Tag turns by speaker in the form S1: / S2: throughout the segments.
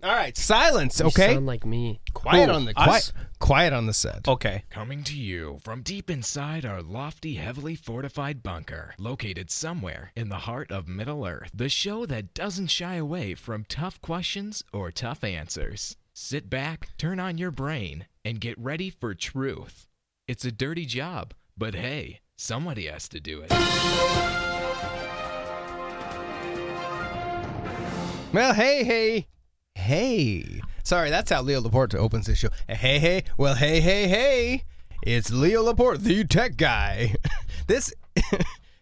S1: All right, silence. Okay,
S2: sound like me.
S1: quiet
S3: Who,
S1: on the
S3: us?
S1: quiet, quiet on the set.
S3: Okay.
S4: Coming to you from deep inside our lofty, heavily fortified bunker, located somewhere in the heart of Middle Earth, the show that doesn't shy away from tough questions or tough answers. Sit back, turn on your brain, and get ready for truth. It's a dirty job, but hey, somebody has to do it.
S1: Well, hey, hey, hey. Sorry, that's how Leo Laporte opens his show. Hey, hey. Well, hey, hey, hey. It's Leo Laporte, the tech guy. this,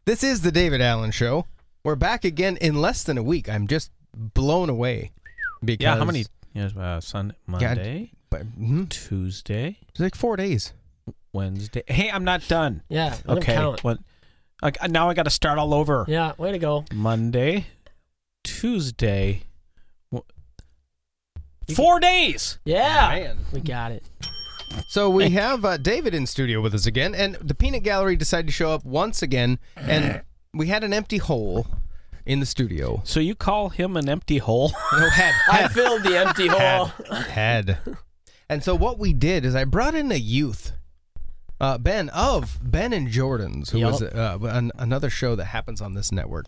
S1: this is the David Allen Show. We're back again in less than a week. I'm just blown away. Because
S3: Yeah. How many? Yes. Uh, Sunday, Monday,
S1: But, mhm,
S3: Tuesday,
S1: it's like four days.
S3: Wednesday. Hey, I'm not done.
S2: Yeah, let 'em
S3: okay.
S2: count.
S3: What? Like, uh, now I got to start all over.
S2: Yeah, way to go.
S3: Monday, Tuesday. wh- Four days.
S2: Yeah,
S1: Man.
S2: we got it.
S1: So we have uh, David in studio with us again, and the peanut gallery decided to show up once again, and we had an empty hole in the studio.
S3: So you call him an empty hole?
S1: No, had,
S2: I
S1: had,
S2: filled the empty hole.
S1: had. And so what we did is I brought in a youth, uh, Ben of Ben and Jordan's, who
S2: Yup.
S1: was uh, an, another show that happens on this network.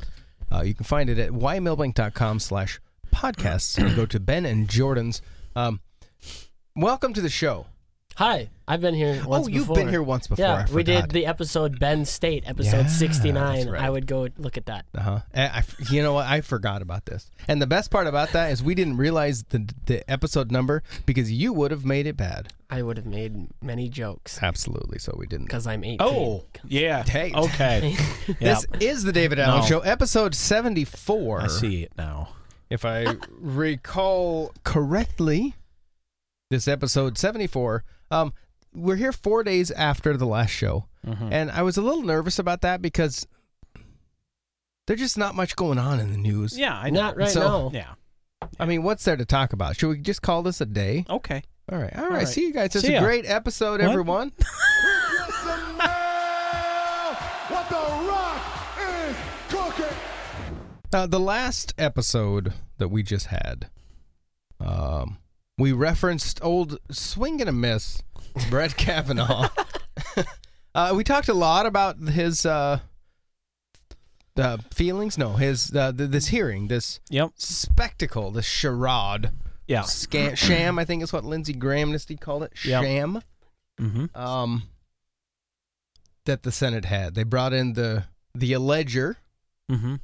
S1: Uh, you can find it at ymillbank.com slash podcasts and go to Ben and Jordan's. Um, welcome to the show.
S2: Hi, I've been here once
S1: oh, you've
S2: before.
S1: been here once before.
S2: Yeah,
S1: I
S2: we did
S1: forgot.
S2: the episode Ben State, episode
S1: Yeah,
S2: 69.
S1: that's right.
S2: I would go look at that.
S1: Uh huh. I, f- you know what? I forgot about this. And the best part about that is we didn't realize the the episode number because you would have made it bad.
S2: I would have made many jokes
S1: Absolutely. So we didn't.
S2: because I'm 18.
S3: Oh, yeah.
S1: Hey.
S3: Okay. yeah.
S1: This is the David Allen
S3: No.
S1: Show, episode seventy-four.
S3: I see it now.
S1: If I recall correctly, this episode seventy-four. Um, we're here four days after the last show,
S2: Mm-hmm.
S1: and I was a little nervous about that because there's just not much going on in the news.
S3: Yeah, I know.
S2: Not right
S1: So-
S2: now.
S3: Yeah.
S1: I mean, what's there to talk about? Should we just call this a day?
S3: Okay.
S1: All right, all right.
S3: right.
S1: See you guys. It's
S3: See
S1: a
S3: ya.
S1: great
S3: What?
S1: episode, everyone.
S5: What the rock is cooking?
S1: Uh, the last episode that we just had, um, we referenced old swing and a miss, Brett Kavanaugh. uh, we talked a lot about his uh, uh, feelings. No, his uh, th- this hearing, this
S3: Yep.
S1: spectacle, this charade,
S3: Yeah.
S1: sca- sham. I think is what Lindsey Graham Nisty called it.
S3: Yep.
S1: Sham.
S3: Mm-hmm.
S1: um, that the Senate had. They brought in the the alleger,
S3: Mm-hmm.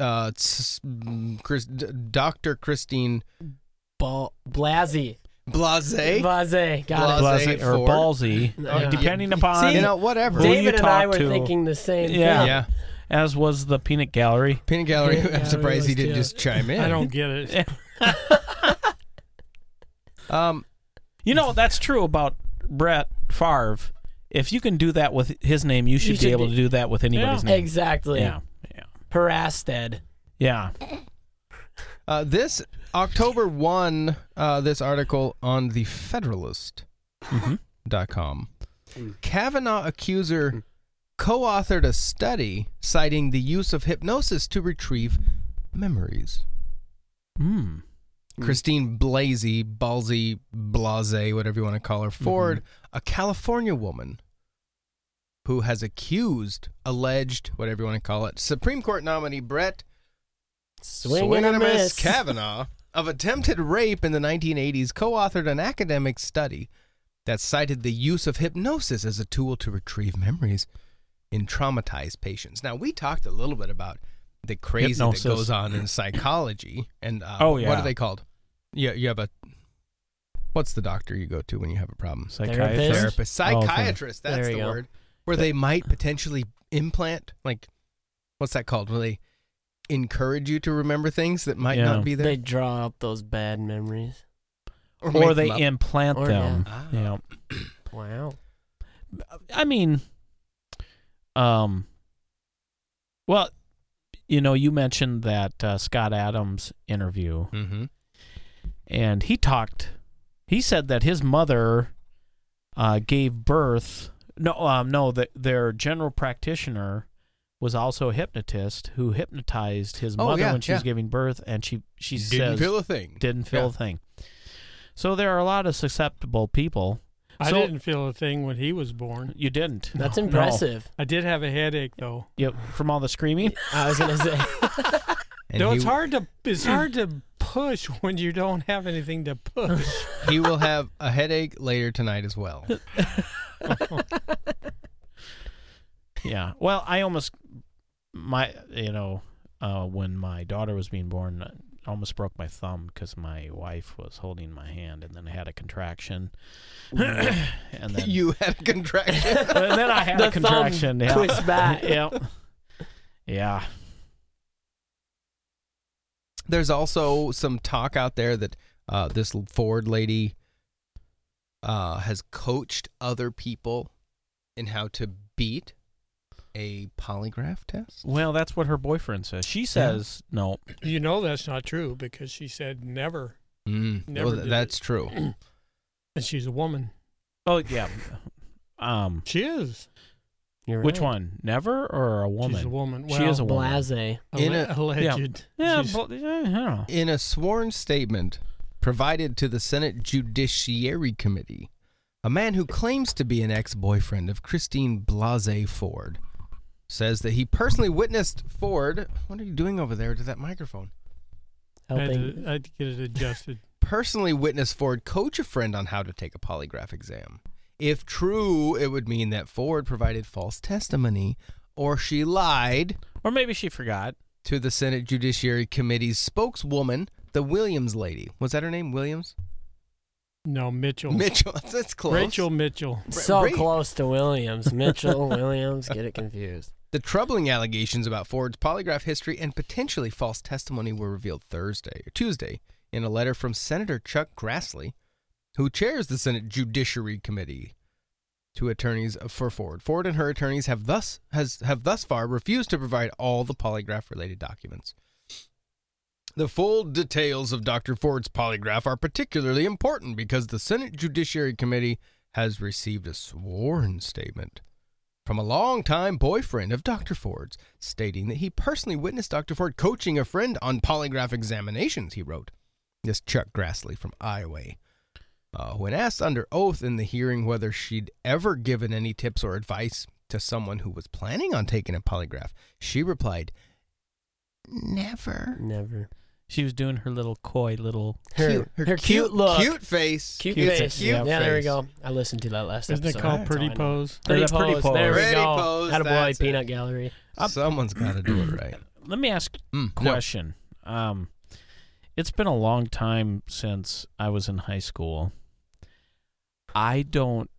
S1: uh, s- mm, Chris, D- Dr. Christine
S2: Ba- Blasey.
S1: Blase.
S2: Blasey. Got
S1: Blase
S3: Blasey or
S1: Ford.
S3: ballsy,
S2: Yeah.
S3: or depending upon
S1: you know, whatever.
S2: it.
S3: Who you
S2: David and I
S3: talk
S2: were
S3: to.
S2: thinking the same
S3: Yeah.
S2: thing.
S1: yeah.
S3: as was the peanut gallery.
S1: Peanut Gallery,
S2: Peanut
S1: I'm
S2: Gallery
S1: surprised he
S2: was
S1: didn't
S2: too.
S1: just chime in.
S6: I don't get it.
S1: Um,
S3: You know that's true about Brett Favre. If you can do that with his name, you should,
S2: should
S3: be able
S2: be-
S3: to do that with anybody's name.
S2: Exactly.
S3: Yeah. Yeah.
S2: Harasted.
S3: Yeah.
S1: uh, this October 1, uh, this article on the Federalist
S3: Mm-hmm.
S1: dot com. Kavanaugh accuser co authored a study citing the use of hypnosis to retrieve memories.
S3: Mm.
S1: Christine Blasey, Balsey, Blase, whatever you want to call her, Ford,
S2: Mm-hmm.
S1: a California woman who has accused, alleged, whatever you want to call it, Supreme Court nominee Brett
S2: Swing,
S1: Swing
S2: and a
S1: and
S2: miss.
S1: Kavanaugh of attempted rape in the 1980s co authored an academic study that cited the use of hypnosis as a tool to retrieve memories in traumatized patients. Now, we talked a little bit about the crazy
S3: Hypnosis.
S1: that goes on in psychology. And uh,
S3: Oh,
S1: what are
S3: yeah.
S1: they called? You, you have a. What's the doctor you go to when you have a problem?
S3: Psychiatrist.
S2: Therapist?
S1: Therapist,
S3: Oh, okay.
S1: psychiatrist.
S2: There
S1: That's
S2: you
S1: the
S2: go.
S1: word. Where they might potentially implant, like, what's that called? Where they encourage you to remember things that might
S3: Yeah.
S1: not be there,
S2: They draw up those bad memories.
S1: make
S3: Or they
S1: them up.
S3: implant
S2: Or-
S3: them.
S1: Ah.
S3: Yeah.
S2: Wow.
S3: I mean, um, well, you know, you mentioned that uh, Scott Adams interview,
S1: Mhm.
S3: and he talked. He said that his mother uh, gave birth. No, um, no, that their general practitioner was also a hypnotist who hypnotized his
S1: Oh,
S3: mother
S1: yeah,
S3: when she was
S1: yeah.
S3: giving birth, and she she
S1: Didn't
S3: says
S1: feel a thing.
S3: didn't feel a
S1: Yeah.
S3: thing. So there are a lot of susceptible people.
S6: I
S3: So-
S6: didn't feel a thing when he was born.
S3: You didn't.
S2: That's
S3: No.
S2: impressive.
S6: I did have a headache though.
S3: Yep, from all the screaming.
S2: I was gonna say.
S1: And
S6: no,
S1: he-
S6: it's hard to it's hard to push when you don't have anything to push.
S1: He will have a headache later tonight as well.
S3: Yeah. Well, I almost my you know uh, when my daughter was being born, I almost broke my thumb because my wife was holding my hand, and then I had a contraction. and then
S1: you had a contraction.
S3: and then I had
S2: The
S3: a contraction.
S2: thumb
S3: yeah.
S2: twist back.
S3: yep. Yeah.
S1: There's also some talk out there that uh, this Ford lady uh, has coached other people in how to beat a polygraph test.
S3: Well, that's what her boyfriend says. She says no.
S6: You know that's not true because she said never,
S1: Mm.
S6: Never
S1: well,
S6: did
S1: th-
S6: it.
S1: that's true.
S6: and she's a woman.
S3: Oh yeah. Um,
S6: She is.
S2: You're
S3: which
S2: right.
S3: one? Never or a woman?
S6: She's a woman. Well,
S3: She is a woman.
S2: Blase.
S6: alle-
S1: In a-
S6: alleged.
S3: Yeah,
S6: She's-
S3: but, yeah, I don't know.
S1: In a sworn statement provided to the Senate Judiciary Committee, a man who claims to be an ex boyfriend of Christine Blase Ford says that he personally witnessed Ford. What are you doing over there to that microphone?
S6: I had, to,
S2: Helping.
S6: I had to get it adjusted.
S1: Personally witnessed Ford coach a friend on how to take a polygraph exam. If true, it would mean that Ford provided false testimony or she lied
S3: Or maybe she forgot.
S1: to the Senate Judiciary Committee's spokeswoman, the Williams lady. Was that her name? Williams?
S6: No, Mitchell.
S1: Mitchell. That's close.
S6: Rachel Mitchell.
S2: So
S1: Ra-
S2: close to Williams. Mitchell, Williams, get it confused.
S1: The troubling allegations about Ford's polygraph history and potentially false testimony were revealed Thursday or Tuesday in a letter from Senator Chuck Grassley, who chairs the Senate Judiciary Committee, to attorneys for Ford. Ford and her attorneys have thus has have thus far refused to provide all the polygraph related documents. The full details of Dr. Ford's polygraph are particularly important because the Senate Judiciary Committee has received a sworn statement from a longtime boyfriend of Dr. Ford's, stating that he personally witnessed Dr. Ford coaching a friend on polygraph examinations, he wrote. This Chuck Grassley from Iowa. Uh, when asked under oath in the hearing whether she'd ever given any tips or advice to someone who was planning on taking a polygraph, she replied, Never.
S2: Never.
S3: She was doing her little coy little.
S2: Her, her cute, look.
S1: Cute face.
S2: Cute
S3: Cute
S2: face.
S3: face.
S1: Cute
S2: yeah, there we
S1: face.
S2: go. I listened to that last
S6: Isn't it
S2: episode.
S6: called
S1: that's
S6: Pretty
S2: all I know.
S6: Pose?
S2: Pretty,
S3: Pretty
S2: pose.
S3: pose.
S2: There
S1: Pretty
S2: we go.
S1: pose,
S2: Attaboy,
S1: that's it.
S2: Peanut Gallery.
S1: Someone's got to do it right.
S3: Let me ask
S1: Mm, no.
S3: question. Um, it's been a long time since I was in high school. I don't.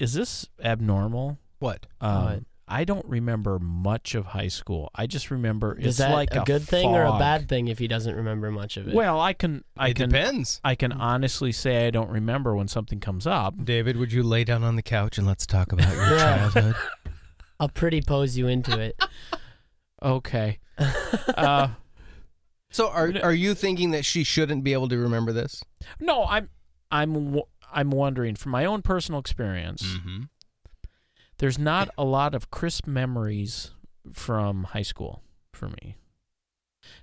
S3: Is this abnormal?
S1: What?
S3: Um,
S2: What?
S3: I don't remember much of high school. I just remember
S2: Is
S3: it's
S2: that
S3: like
S2: a, good thing or a
S3: fog.
S2: bad thing if he doesn't remember much of it?
S3: Well, I can. I
S1: it
S3: can.
S1: depends.
S3: I can honestly say I don't remember when something comes up.
S1: David, would you lay down on the couch and let's talk about your
S2: Yeah.
S1: childhood?
S2: I'll pretty pose you into it.
S3: Okay. Uh,
S1: So are
S3: No.
S1: are you thinking that she shouldn't be able to remember this?
S3: no, I'm. I'm. w- I'm wondering from my own personal experience.
S1: Mm-hmm.
S3: there's not a lot of crisp memories from high school for me.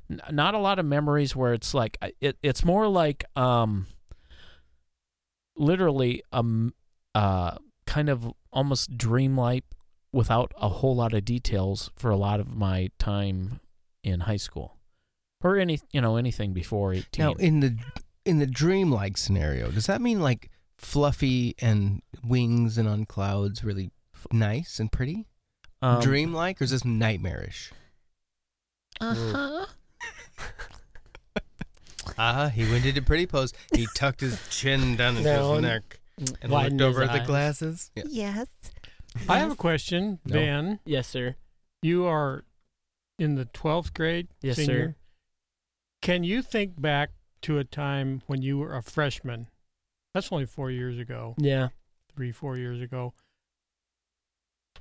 S3: N- not a lot of memories where it's like I- it, it's more like um literally um uh kind of almost dreamlike without a whole lot of details for a lot of my time in high school or any you know anything before 18
S1: Now in the in the dreamlike scenario, does that mean like fluffy and wings and on clouds, really nice and pretty,
S3: Um,
S1: dreamlike, or is this nightmarish?
S3: uh-huh.
S1: Ah, uh, he went into pretty pose. He tucked his chin down into his
S2: Down.
S1: neck and
S2: Widened
S1: looked over
S2: his
S1: at the
S2: eyes.
S1: glasses. Yeah.
S6: I have a question,
S1: No.
S6: Dan.
S2: Yes, sir.
S6: You are in the 12th grade?
S2: Yes,
S6: senior.
S2: sir.
S6: Can you think back to a time when you were a freshman? That's only four years ago,
S2: Yeah.
S6: three, four years ago.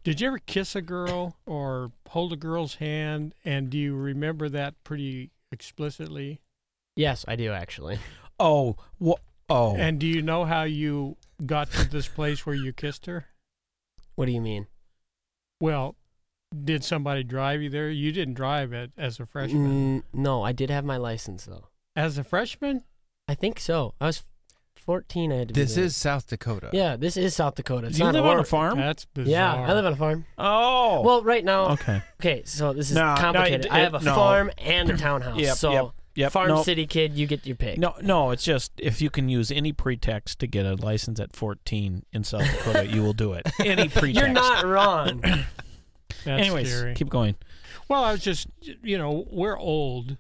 S6: Did you ever kiss a girl or hold a girl's hand? And do you remember that pretty explicitly?
S2: Yes, I do actually.
S3: oh wha- oh
S6: And do you know how you got to this place where you kissed her?
S2: What do you mean?
S6: Well, Did somebody drive you there? You didn't drive it as a freshman.
S2: Mm, no, I did have my license though.
S6: As a freshman?
S2: I think so. I was 14. I had to. be
S1: This
S2: there.
S1: is South Dakota.
S2: Yeah, this is South Dakota. It's
S3: you
S2: not
S3: live on a
S2: Oregon.
S3: farm?
S6: That's bizarre.
S2: Yeah, I live on a farm.
S3: oh.
S2: Well, right now, okay.
S3: okay.
S2: so this is
S3: No, no, it-
S2: complicated. I have a
S3: it- no.
S2: farm and a townhouse.
S3: Yep,
S2: so
S3: yep, yep.
S2: farm
S3: Nope.
S2: city kid, you get your pick.
S3: No, no, it's just if you can use any pretext to get a license at 14 in South Dakota, you will do it. Any pretext.
S2: Mm. you're not wrong.
S6: That's
S3: Anyways,
S6: scary.
S3: keep going.
S6: Well, I was just, you know, we're old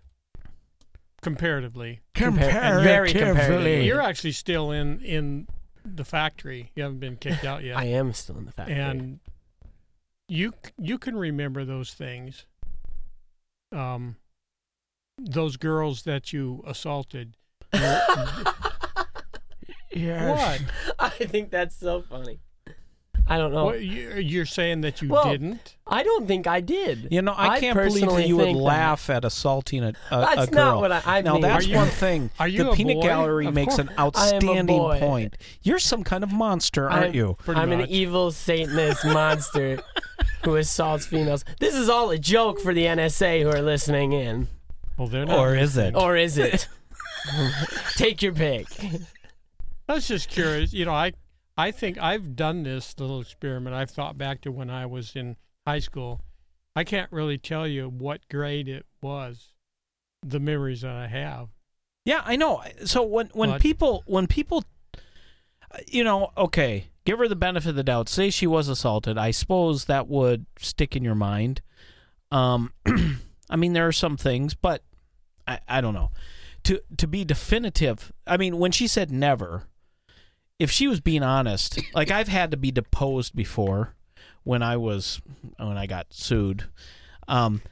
S6: comparatively.
S2: Compar- very comparatively.
S6: You're actually still in in the factory. You haven't been kicked out yet.
S2: I am still in the factory.
S6: and you c- you can remember those things. Um, those girls that you assaulted. What?
S2: I think that's so funny. I don't know.
S6: what you, you're saying that you
S2: Well,
S6: didn't?
S2: I don't think I did.
S3: You know, I, can't believe
S2: personally
S3: that you would
S2: think that.
S3: laugh at assaulting a, a, a
S2: That's
S3: girl.
S2: not what I- I
S3: now
S2: mean.
S3: that's
S6: Are you-
S3: one thing.
S6: are you
S3: the
S6: a
S3: peanut
S6: boy?
S3: gallery
S6: Of
S3: makes an
S2: I am a
S3: outstanding
S2: boy.
S3: point. You're some kind of monster, aren't
S2: I'm-
S3: you?
S6: Pretty
S2: I'm
S6: much.
S2: an evil Satanist monster who assaults females. This is all a joke for the NSA who are listening in.
S6: Well, they're not.
S3: Or is it?
S2: Or is it? Take your pick.
S6: I was just curious. You know, I I think I've done this little experiment. I've thought back to when I was in high school. I can't really tell you what grade it was. The memories that I have.
S3: Yeah, I know. So when when
S6: But-
S3: people when people, you know, okay, give her the benefit of the doubt. Say she was assaulted. I suppose that would stick in your mind. Um, I mean, there are some things, but I, I don't know. To to be definitive, I mean, when she said never, if she was being honest, like I've had to be deposed before when I was when I got sued, um,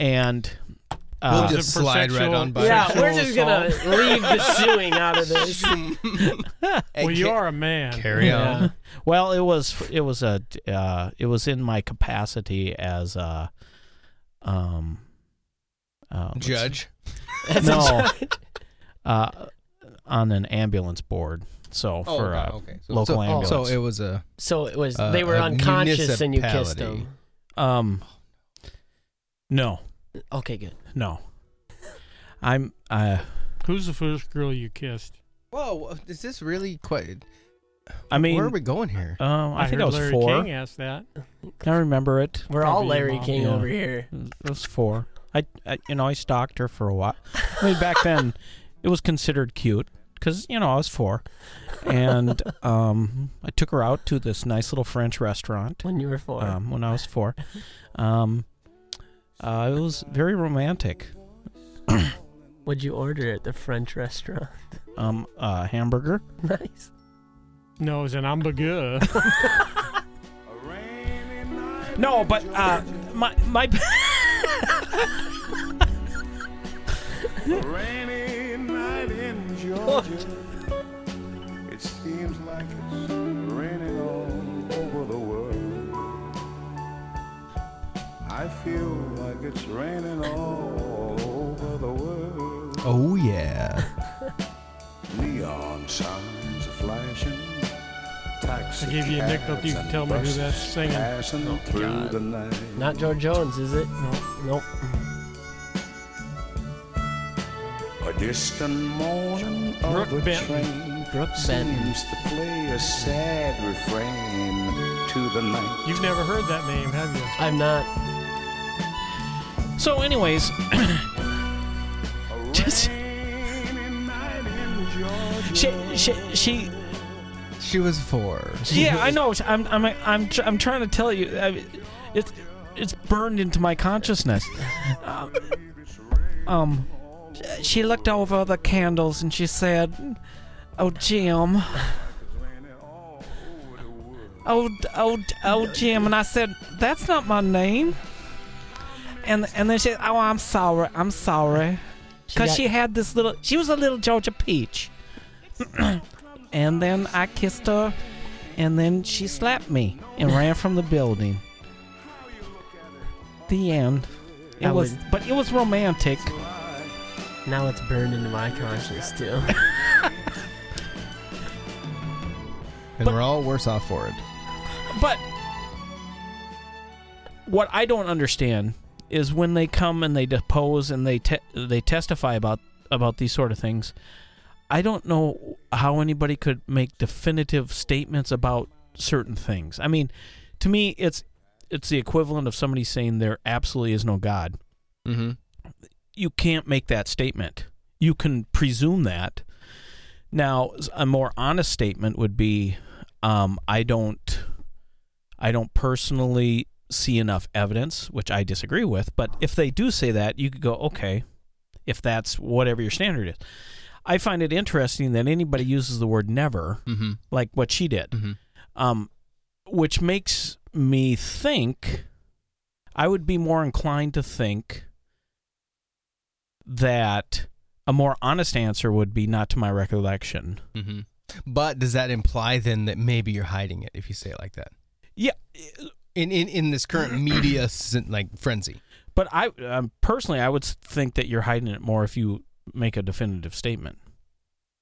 S3: and
S1: We'll
S3: uh,
S6: Was it
S1: just
S6: for
S1: slide right
S6: sexual-
S1: on by.
S2: yeah,
S6: Sexual
S2: we're just gonna leave the suing out of this.
S1: Hey,
S6: well,
S1: ca-
S6: you are a man.
S1: Carry on.
S3: Well, it was it was a uh, it was in my capacity as a um uh, what's-
S1: Judge.
S3: no uh, on an ambulance board. So
S1: Oh,
S3: for
S1: okay,
S3: a
S1: okay. So-
S3: local
S1: so-
S3: ambulance.
S1: So it was a.
S2: So it was
S1: Uh,
S2: they were
S1: a
S2: unconscious and you kissed
S1: municipality.
S2: them.
S3: um no
S2: Okay, good.
S3: no I'm uh,
S6: Who's the first girl you kissed?
S1: Whoa, is this really quite?
S3: I mean
S1: where are we going here?
S3: um, I, think
S6: heard
S3: I was
S6: Larry
S3: four.
S6: King asked that.
S3: I remember it.
S2: We're all
S6: Probably
S2: Larry
S6: mom.
S2: King
S3: Yeah. Mm,
S2: over here.
S3: It was four. I, I you know I stalked her for a while. I mean back then it was considered cute because you know I was four, and um, I took her out to this nice little French restaurant
S2: When you were four.
S3: um, when I was four. Um, uh, it was very romantic.
S2: What'd you order at the French restaurant?
S3: Um, uh, hamburger.
S2: nice.
S6: No, it was an ambagu.
S3: No, but uh, my my
S5: Rainy night in Georgia. It seems like it's raining all over the world. I feel like it's raining all over the world.
S1: Oh yeah.
S5: Neon signs are flashing. Taxi
S6: I gave you a nickel if you
S5: cabs
S6: can tell me
S5: and
S6: who
S5: buses
S6: that's singing.
S5: Passing through
S2: God.
S5: the night.
S2: Not George Jones, is it? Nope.
S5: A distant mourning
S6: Brooke
S5: of a
S6: Benton.
S5: train
S2: Brooke Benton.
S5: seems to play a sad refrain to the night.
S6: You've never heard that name, have you?
S2: I'm not.
S3: so anyways
S5: A
S3: Just-
S5: rainy night in Georgia.
S3: she she she
S1: She was four.
S3: yeah, I know. I'm I'm I'm tr- I'm trying to tell you. I, it's it's burned into my consciousness. Um, um, she looked over the candles and she said, "Oh, Jim." Oh, d- oh, d- oh, Jim, and I said, "That's not my name." And and then she, "Oh, I'm sorry, I'm sorry," because
S2: got-
S3: she had this little. She was a little Georgia peach. and then I kissed her, and then she slapped me and ran from the building. The end. It
S2: I
S3: was,
S2: would-
S3: but it was romantic.
S2: Now it's burned into my conscience too.
S1: And we're all worse off for it.
S3: But what I don't understand is when they come and they depose and they te- they testify about about these sort of things. I don't know how anybody could make definitive statements about certain things. I mean, to me, it's it's the equivalent of somebody saying there absolutely is no God.
S1: Mm-hmm.
S3: You can't make that statement. You can presume that. Now, s- a more honest statement would be, um, I don't, I don't personally see enough evidence, which I disagree with. But if they do say that, you could go, okay, if that's whatever your standard is. I find it interesting that anybody uses the word never,
S1: Mm-hmm.
S3: like what she did
S1: Mm-hmm.
S3: um, which makes me think I would be more inclined to think that a more honest answer would be not to my recollection.
S1: Mm-hmm. But does that imply then that maybe you're hiding it if you say it like that?
S3: Yeah,
S1: In in, in this current media sen- like frenzy.
S3: but I um, personally I would s- think that you're hiding it more if you make a definitive statement.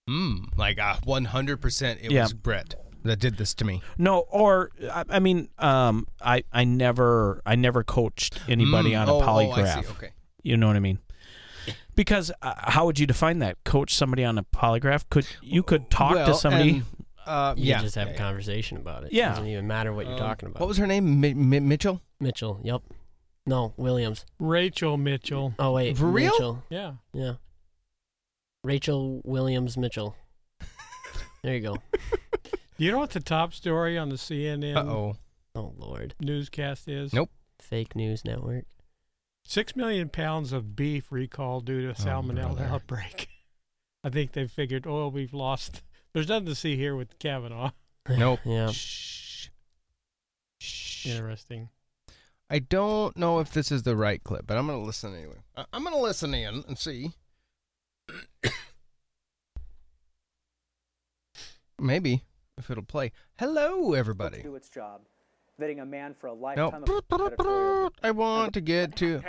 S1: Mm, like uh, 100% it
S3: Yeah.
S1: was Brett that did this to me.
S3: No, or I, I mean, um, I I never I never coached anybody
S1: Mm,
S3: on a
S1: oh, oh, I
S3: polygraph.
S1: see. Okay.
S3: You know what I mean? Because uh, how would you define that? Coach somebody on a polygraph? Could you could talk
S1: Well,
S3: to somebody?
S1: and, uh,
S2: You
S1: yeah.
S2: can just have
S1: yeah,
S2: a
S1: yeah.
S2: conversation about it.
S3: Yeah.
S2: It doesn't even matter what you're
S1: Um,
S2: talking about.
S1: What was her name? Mi- Mi- Mitchell?
S2: Mitchell? Yep. No, Williams.
S6: Rachel Mitchell.
S2: Oh wait,
S1: For real?
S2: Mitchell.
S6: Yeah.
S2: Yeah. Rachel Williams Mitchell. There you go.
S6: Do you know what the top story on the CNN
S1: Uh oh.
S2: Oh lord.
S6: newscast is?
S1: Nope.
S2: Fake news network.
S6: Six million pounds of beef recalled due
S1: Oh,
S6: to salmonella
S1: brother.
S6: outbreak. I think they figured, oh, we've lost. There's nothing to see here with Kavanaugh.
S1: Nope.
S2: Yeah.
S1: Shh. Shh.
S6: Interesting.
S1: I don't know if this is the right clip, but I'm going to listen anyway. I- Uh, I'm going to listen in and see. Maybe if it'll play. Hello, everybody.
S7: to do its job, vetting a man for a
S1: No.
S7: lifetime of editorial
S1: I want to get to.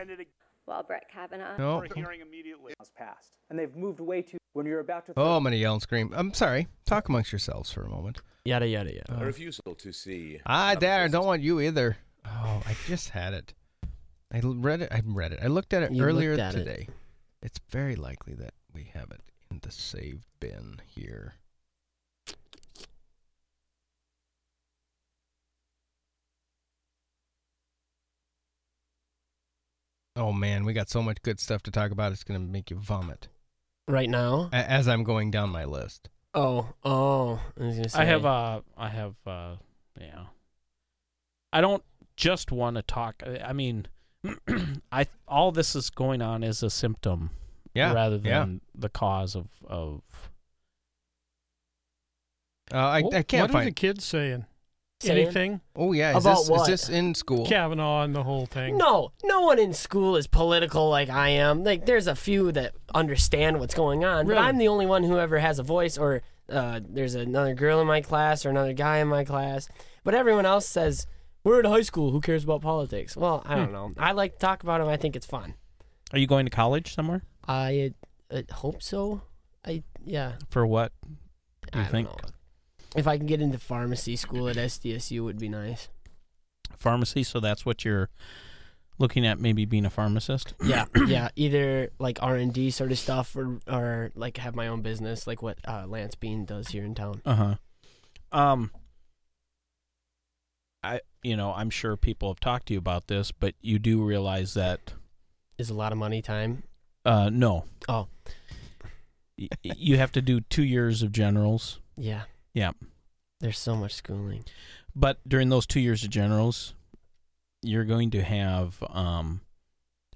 S8: Well, Brett Kavanaugh.
S1: No.
S7: has passed, and they've moved way too. When you're about to
S1: Oh, I'm going to yell and scream. I'm sorry. Talk amongst yourselves for a moment.
S2: Yada yada yada.
S9: A refusal to see.
S1: Ah,
S9: another
S1: Dad, I
S9: person's
S1: don't want you either. Oh, I just had it. I l- read it. I read it. I looked at it
S2: You
S1: earlier
S2: looked at it.
S1: today. It's very likely that we have it in the save bin here. Oh man, we got so much good stuff to talk about. It's gonna make you vomit
S2: Right now.
S1: A- as I'm going down my list.
S2: Oh oh. I was gonna say.
S3: I have uh I have uh yeah. I don't just want to talk. uh, I I mean, I all this is going on is a symptom
S1: Yeah,
S3: rather
S1: yeah.
S3: than the cause of of
S1: Uh, I,
S6: Oh,
S1: I can't
S6: what are the
S1: find.
S6: kids saying?
S2: Saying?
S6: Anything?
S1: Oh yeah, is
S2: About
S1: this, is
S2: what?
S1: this in school?
S6: Kavanaugh and the whole thing.
S2: No, no one in school is political like I am. Like, there's a few that understand what's going on, but
S6: Really?
S2: I'm the only one who ever has a voice. Or uh, there's another girl in my class or another guy in my class. But everyone else says we're in high school. Who cares about politics? Well, I don't
S6: Hmm.
S2: know. I like to talk about them. I think it's fun.
S3: Are you going to college somewhere?
S2: I, uh hope so. I yeah.
S3: For what? Do you
S2: I don't
S3: think
S2: know. If I can get into pharmacy school at SDSU, would be nice.
S3: pharmacy so that's what you're looking at maybe being a pharmacist?
S2: yeah yeah either like r&d sort of stuff or or like have my own business like what uh, lance bean does here in town
S3: Uh-huh. Um I you know, I'm sure people have talked to you about this, but you do realize that
S2: is a lot of money time
S3: uh no.
S2: Oh.
S3: Y- you have to do 2 years of generals.
S2: yeah
S3: Yeah.
S2: there's so much schooling
S3: But during those two years of generals, you're going to have um,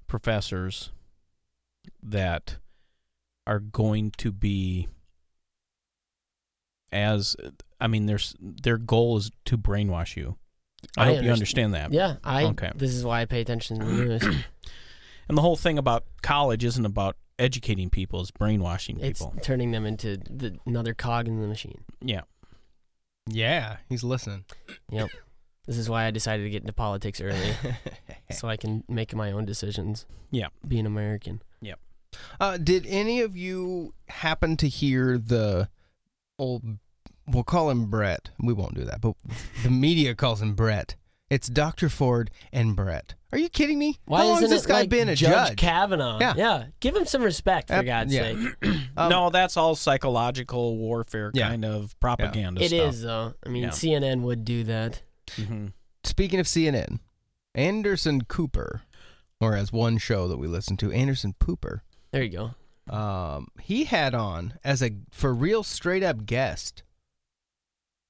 S3: professors that are going to be as I mean, there's their goal is to brainwash you. I,
S2: I
S3: hope you
S2: underst-
S3: understand that.
S2: yeah i
S3: Okay.
S2: this is why i pay attention to the news
S3: And the whole thing about college isn't about educating people; it's brainwashing
S2: it's
S3: people.
S2: turning them into the, another cog in the machine
S3: Yeah.
S1: Yeah, he's listening.
S2: yep this is why i decided to get into politics early so i can make my own decisions
S3: Yeah.
S2: be an american
S1: Uh, did any of you happen to hear the old? We'll call him Brett. We won't do that, but the media calls him Brett. It's Dr. Ford and Brett. Are you kidding me?
S2: Why
S1: How long
S2: isn't
S1: has this
S2: it
S1: guy
S2: like
S1: been a
S2: Judge,
S1: judge?
S2: Kavanaugh?
S1: Yeah.
S2: Give him some respect for
S1: Ab-
S2: God's
S1: yeah.
S2: sake.
S1: Um,
S3: no, that's all psychological warfare
S1: Yeah.
S3: kind of propaganda
S2: It is
S3: stuff.
S2: though. I mean,
S3: Yeah.
S2: CNN would do that.
S3: Mhm.
S1: Speaking of CNN, Anderson Cooper, or as one show that we listen to, Anderson Pooper,
S2: There you go.
S1: um, he had on as a for real straight up guest,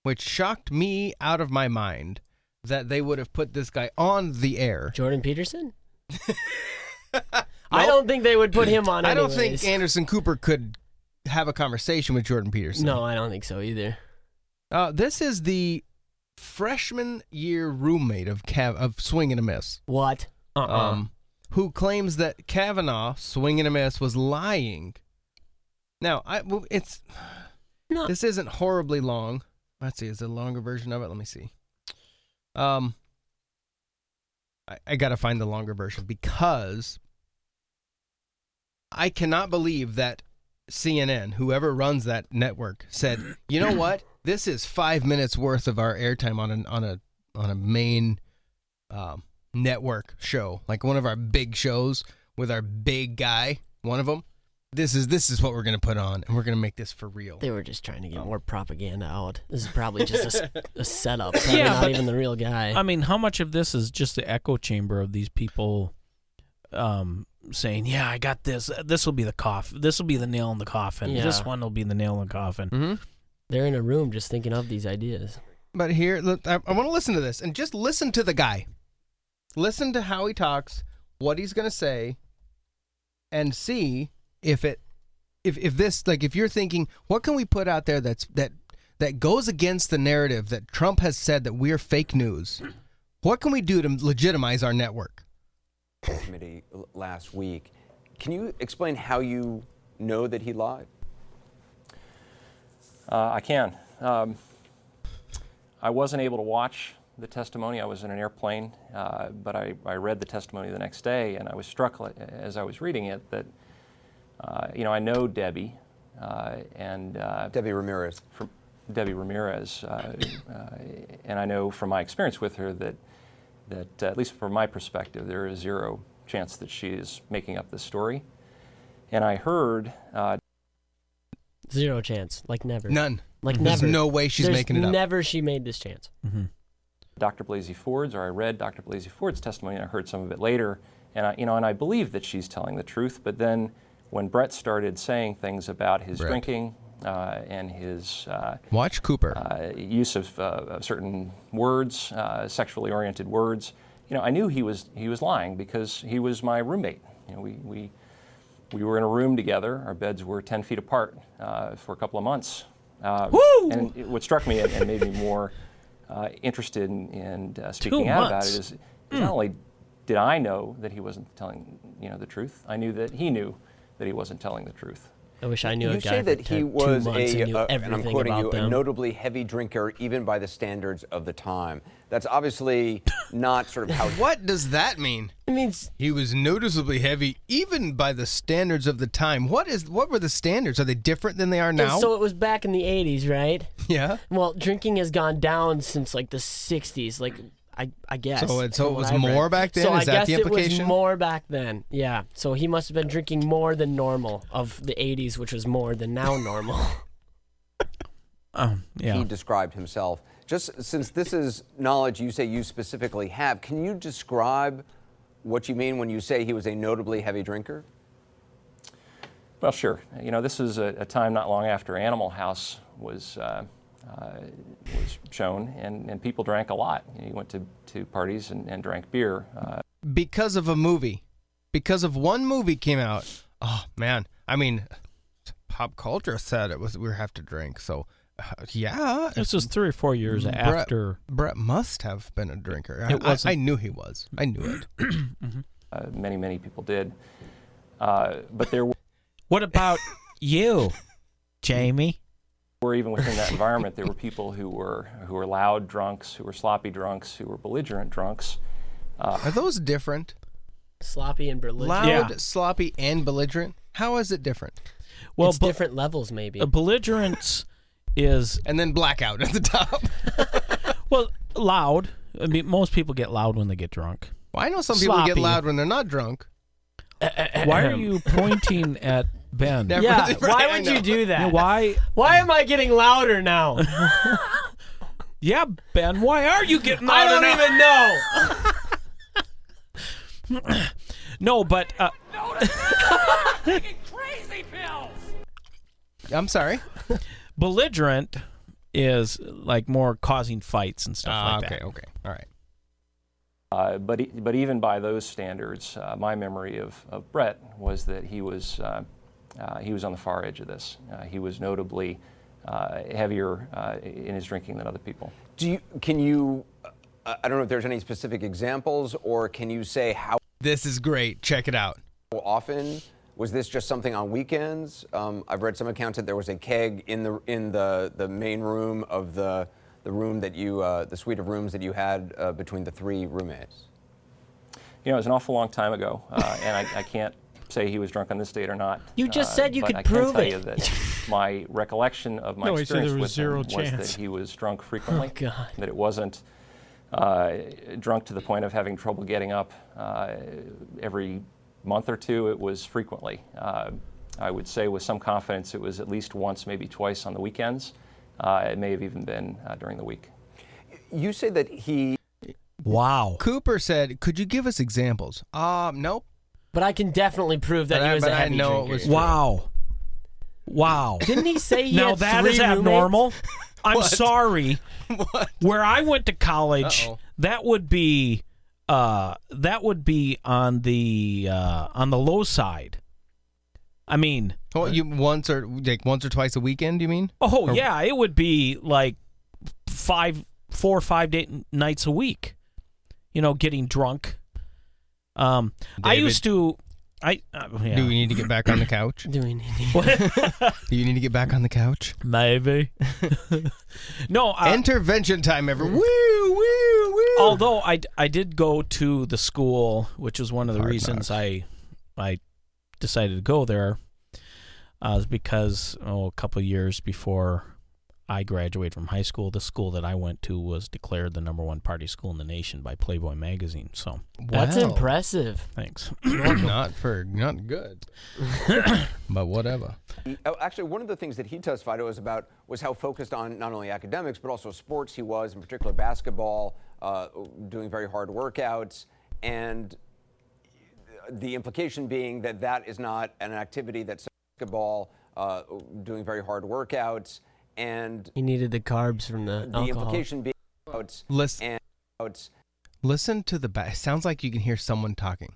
S1: which shocked me out of my mind that they would have put this guy on the air.
S2: Jordan Peterson. I don't think they would put him on.
S1: I don't think
S2: anyways.
S1: Anderson Cooper could have a conversation with Jordan Peterson.
S2: No, I don't think so either.
S1: Uh, this is the freshman year roommate of Cav- of Swing and a Miss,
S2: What? Uh-uh.
S1: um, who claims that Kavanaugh Swing and a Miss was lying. Now, I well, it's
S2: no.
S1: this isn't horribly long. Let's see, is there a longer version of it? Let me see. Um, I, I gotta find the longer version because I cannot believe that CNN, whoever runs that network, said, you know what? This is five minutes worth of our airtime on an on a on a main um, network show, like one of our big shows with our big guy, one of them. This is this is what we're gonna put on, and we're gonna make this for real. Um,
S2: They were just trying to get more propaganda out. This is probably just a s- a, setup. Probably
S3: Yeah,
S2: not
S3: but-
S2: even the real guy.
S3: I mean, how much of this is just the echo chamber of these people um, saying, "Yeah, I got this. This will be the coffin. This will be the nail in the coffin. This
S2: Yeah.
S3: one will be the nail in the coffin."
S1: Mm-hmm.
S2: They're in a room just thinking of these ideas.
S1: But here, look, I, I want to listen to this and just listen to the guy. Listen to how he talks, what he's going to say, and see if it, if if this, like, if you're thinking, what can we put out there that's that that goes against the narrative that Trump has said that we're fake news. What can we do to legitimize our network?
S9: committee l- last week. Can you explain how you know that he lied?
S10: Uh, I can. Um, I wasn't able to watch the testimony. I was in an airplane, uh, but I, I read the testimony the next day, and I was struck li- as I was reading it that, uh, you know, I know Debbie, uh, and uh,
S9: Debbie Ramirez.
S10: from Debbie Ramirez, uh, uh, and I know from my experience with her that that uh, at least from my perspective, there is zero chance that she is making up this story. And I heard uh,
S2: Zero chance. Like never.
S1: None.
S2: Like
S1: There's
S2: never.
S1: no way she's
S2: There's
S1: making it up.
S2: Never she made this chance.
S10: Dr. Blasey Ford's, or I read Dr. Blasey Ford's testimony, and I heard some of it later, and I, you know, and I believe that she's telling the truth. But then, when Brett started saying things about his
S1: Brett.
S10: drinking uh, and his uh,
S1: Watch Cooper.
S10: uh, use of, uh, of certain words, uh, sexually oriented words, you know, I knew he was he was lying because he was my roommate. You know, we we we were in a room together. Our beds were 10 feet apart uh, for a couple of months. Um, And it, what struck me and, and made me more uh, interested in, in uh, speaking out about
S3: months.
S10: it is, is
S2: Hmm.
S10: not only did I know that he wasn't telling you know the truth, I knew that he knew that he wasn't telling the truth.
S2: I wish I knew a
S9: you
S2: guy
S9: say
S2: for
S9: that
S2: ten-
S9: he was
S2: two months
S9: a,
S2: and knew
S9: uh,
S2: everything
S9: and I'm quoting
S2: about
S9: you,
S2: them.
S9: a notably heavy drinker, even by the standards of the time. That's obviously not sort of how.
S1: what does that mean?
S2: it means
S1: He was noticeably heavy, even by the standards of the time. What is? What were the standards? Are they different than they are now?
S2: so it was back in the 80s, right?
S1: yeah.
S2: Well, drinking has gone down since like the 60s. Like I, I guess.
S1: So it- so
S2: from
S1: it
S2: what
S1: was
S2: I've read.
S1: more back then?
S2: So
S1: Is
S2: I
S1: that
S2: guess
S1: the
S2: It
S1: implication?
S2: was more back then. Yeah. So he must have been drinking more than normal of the 80s, which was more than now normal.
S3: Um, yeah.
S9: he described himself. Just since this is knowledge you say you specifically have, can you describe what you mean when you say he was a notably heavy drinker?
S10: Well, sure. You know, this is a, a time not long after Animal House was uh, uh, was shown, and, and people drank a lot. You, know, you went to, to parties and, and drank beer. Uh,
S1: because of a movie, because of one movie came out. Oh man, I mean, pop culture said it was we have to drink. So uh, yeah,
S3: Ah, This was three or four years
S1: Brett-
S3: after.
S1: Brett must have been a drinker. I,
S3: It
S1: I-
S3: wasn't- Mm-hmm.
S1: I knew he was. I knew it.
S10: uh, many, many people did. Uh, but there
S3: What about you, Jamie?
S10: were even within that environment, there were people who were who were loud drunks, who were sloppy drunks, who were belligerent drunks. Uh,
S1: Are those different?
S2: Sloppy and
S1: Loud,
S2: belligerent.
S3: Yeah.
S1: sloppy, and belligerent. How is it different?
S3: Well,
S2: it's
S3: be-
S2: different levels, maybe.
S3: uh, belligerence is
S1: And then blackout at the top.
S3: well loud I mean, most people get loud when they get drunk.
S1: Well, I know some people get loud when they're not drunk.
S3: Why are you pointing at Ben?
S1: Never-
S2: Yeah,
S1: Right,
S2: why
S1: I
S2: would
S1: know.
S2: you do that?
S3: Why?
S2: Why am I getting louder now?
S3: Yeah, Ben. Why are you getting
S2: I
S3: louder now?
S2: don't even know.
S3: No, but uh,
S1: I'm sorry.
S3: belligerent is like more causing fights and stuff
S1: Ah,
S3: like
S1: okay,
S3: that.
S1: okay, all right.
S10: Uh, but, e- but even by those standards, uh, my memory of, of Brett was that he was, uh, uh, he was on the far edge of this. Uh, he was notably uh, heavier uh, in his drinking than other people.
S9: Do you, can you, uh, I I don't know if there's any specific examples, or can you say how
S1: This is great. Check it out.
S9: often? Was this just something on weekends? Um, I've read some accounts that there was a keg in the in the, the main room of the the room that you uh, the suite of rooms that you had uh, between the three roommates.
S10: You know, it was an awful long time ago, uh, and I, I can't say he was drunk on this date or not. uh,
S2: You just said you
S10: but
S2: could
S10: I can
S2: prove
S10: tell
S2: it.
S10: You that my recollection of my
S6: No, he said
S10: experience
S6: there
S10: with
S6: was zero
S10: him was
S6: chance.
S10: that he was drunk frequently.
S2: Oh, God.
S10: That it wasn't uh, drunk to the point of having trouble getting up uh, every month or two. It was frequently. Uh, I would say with some confidence it was at least once, maybe twice on the weekends. Uh, it may have even been uh, during the week.
S9: You say that he
S3: Wow.
S1: Cooper said, "Could you give us examples?" Um, nope.
S2: But I can definitely prove that
S1: But I-
S2: he was
S1: but
S2: a
S1: I
S2: heavy
S1: know it
S2: drinker.
S1: was-
S3: Wow. Wow.
S2: Didn't he say he
S3: now
S2: had
S3: that
S2: three
S3: is
S2: roommates?
S3: abnormal. I'm
S1: What?
S3: sorry.
S1: What?
S3: Where I went to college,
S1: Uh-oh.
S3: that would be uh that would be on the uh on the low side. I mean,
S1: Well, Oh, you once or like once or twice a weekend? You mean?
S3: oh yeah, it would be like five four or five day, nights a week. You know, getting drunk. Um I
S1: David.
S3: used to I uh, yeah.
S1: Do we need to get back on the couch?
S2: Do we need
S1: Do you need to get back on the couch?
S3: Maybe. no, uh,
S1: Intervention time, every woo woo woo.
S3: although I, I did go to the school, which was one of the
S1: Hard
S3: reasons I I decided to go there, uh, is because oh, a couple of years before I graduated from high school, the school that I went to was declared the number one party school in the nation by Playboy magazine. So
S2: That's
S1: Wow.
S2: impressive.
S3: thanks.
S1: not for not good, but whatever.
S9: Oh, Actually, one of the things that he testified to was about was how focused on not only academics but also sports he was, in particular basketball, uh, doing very hard workouts, and the implication being that that is not an activity that's basketball, uh, doing very hard workouts, and
S2: He needed the carbs from the,
S9: the
S2: alcohol.
S9: implication being outs
S1: Listen,
S9: and outs
S1: listen to the back. Sounds like you can hear someone talking.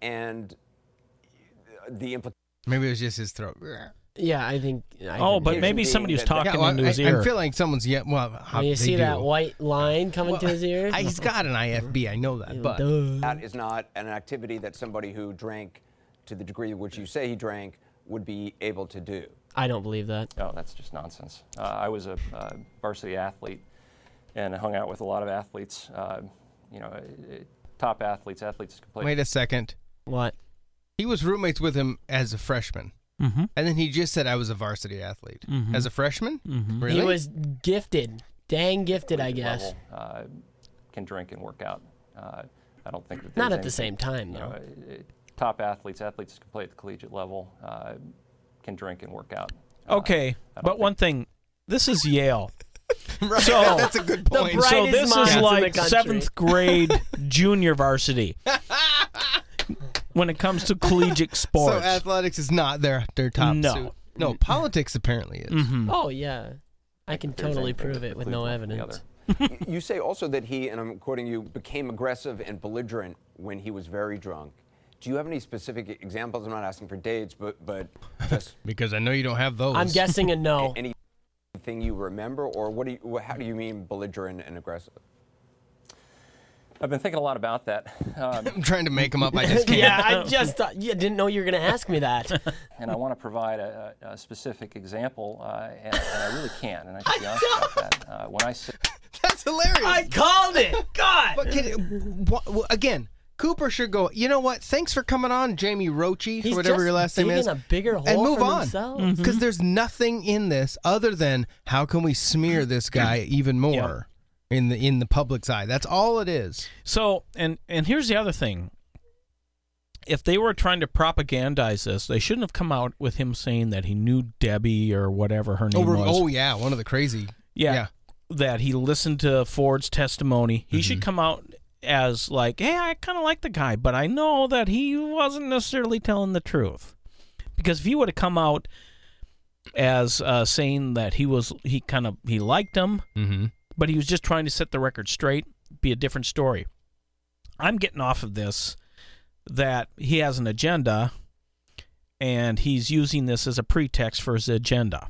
S9: and the implication.
S1: Maybe it was just his throat.
S2: Oh, Yeah, I think. I
S3: oh,
S2: think-
S3: but maybe
S9: being
S3: somebody was
S9: that the-
S3: talking
S1: well,
S3: into
S1: I,
S3: his
S1: I
S3: ear.
S1: feel like someone's yet. Well, how,
S2: When you
S1: they
S2: see
S1: do.
S2: that white line coming
S1: Well,
S2: to his ear?
S1: I- he's got an IFB. I know that,
S2: Ew,
S1: but
S2: duh.
S9: That is not an activity that somebody who drank to the degree which you say he drank would be able to do.
S2: I don't believe that.
S10: No, Oh, that's just nonsense. Uh, I was a uh, varsity athlete and I hung out with a lot of athletes. Uh, you know, uh, uh, top athletes, athletes who play.
S1: wait a second.
S2: What?
S1: He was roommates with him as a freshman,
S3: Mhm.
S1: and then he just said, "I was a varsity athlete
S3: Mm-hmm.
S1: as a freshman." Really?
S2: He was gifted. Dang gifted, I guess.
S10: level, uh, can drink and work out. Uh, I don't think that
S2: Not
S10: there's
S2: at the same time,
S10: anything- You know,
S2: though.
S10: uh, uh, top athletes, athletes who can play at the collegiate level, uh, can drink and work out. Uh,
S3: okay,
S10: I don't
S3: but one thing, this is Yale.
S1: right.
S3: So-
S1: that- that's a good point.
S2: bright-
S3: so
S2: brightest
S3: this
S2: minds
S3: is
S2: in the
S3: like
S2: country.
S3: seventh grade junior varsity when it comes to collegiate
S1: So
S3: sports.
S1: athletics is not their their top
S3: No.
S1: suit. No, politics apparently is.
S3: Mm-hmm.
S2: Oh, yeah. I can
S10: think there's
S2: totally
S10: anything
S2: prove
S10: that
S2: it with
S10: precludes
S2: no
S10: one from the
S2: evidence.
S10: other.
S9: you say also that he, and I'm quoting you, became aggressive and belligerent when he was very drunk. Do you have any specific examples? I'm not asking for dates, but but just
S1: Because I know you don't have those.
S2: I'm guessing a no.
S9: anything you remember, or what do you? How do you mean belligerent and aggressive?
S10: I've been thinking a lot about that, um,
S1: I'm trying to make them up. I just can't.
S2: yeah, I just thought, yeah, didn't know you were going to ask me that.
S10: and I want to provide a, a a specific example, uh, and, and I really can't. And I should be honest about that. Uh, when I say
S1: That's hilarious.
S2: I called it. God.
S1: But can, wh- wh- again, Cooper should go. You know what? Thanks for coming on, Jamie Roche,
S2: He's
S1: or whatever
S2: just
S1: your last name
S2: digging
S1: is,
S2: a bigger
S1: and
S2: hole
S1: move
S2: for
S1: on. Mm-hmm.
S2: himself.
S1: Because there's nothing in this other than how can we smear this guy even more. in the in the public's eye. That's all it is.
S3: So, and and here's the other thing. If they were trying to propagandize this, they shouldn't have come out with him saying that he knew Debbie or whatever her
S1: Oh,
S3: name
S1: we're-
S3: was.
S1: oh yeah, one of the crazy.
S3: yeah, That he listened to Ford's testimony. He should come out as like, "Hey, I kind of like the guy, but I know that he wasn't necessarily telling the truth." Because if he would have come out as uh, saying that he was, he kind of he liked him,
S1: Mm-hmm.
S3: but he was just trying to set the record straight, be a different story. I'm getting off of this that he has an agenda and he's using this as a pretext for his agenda.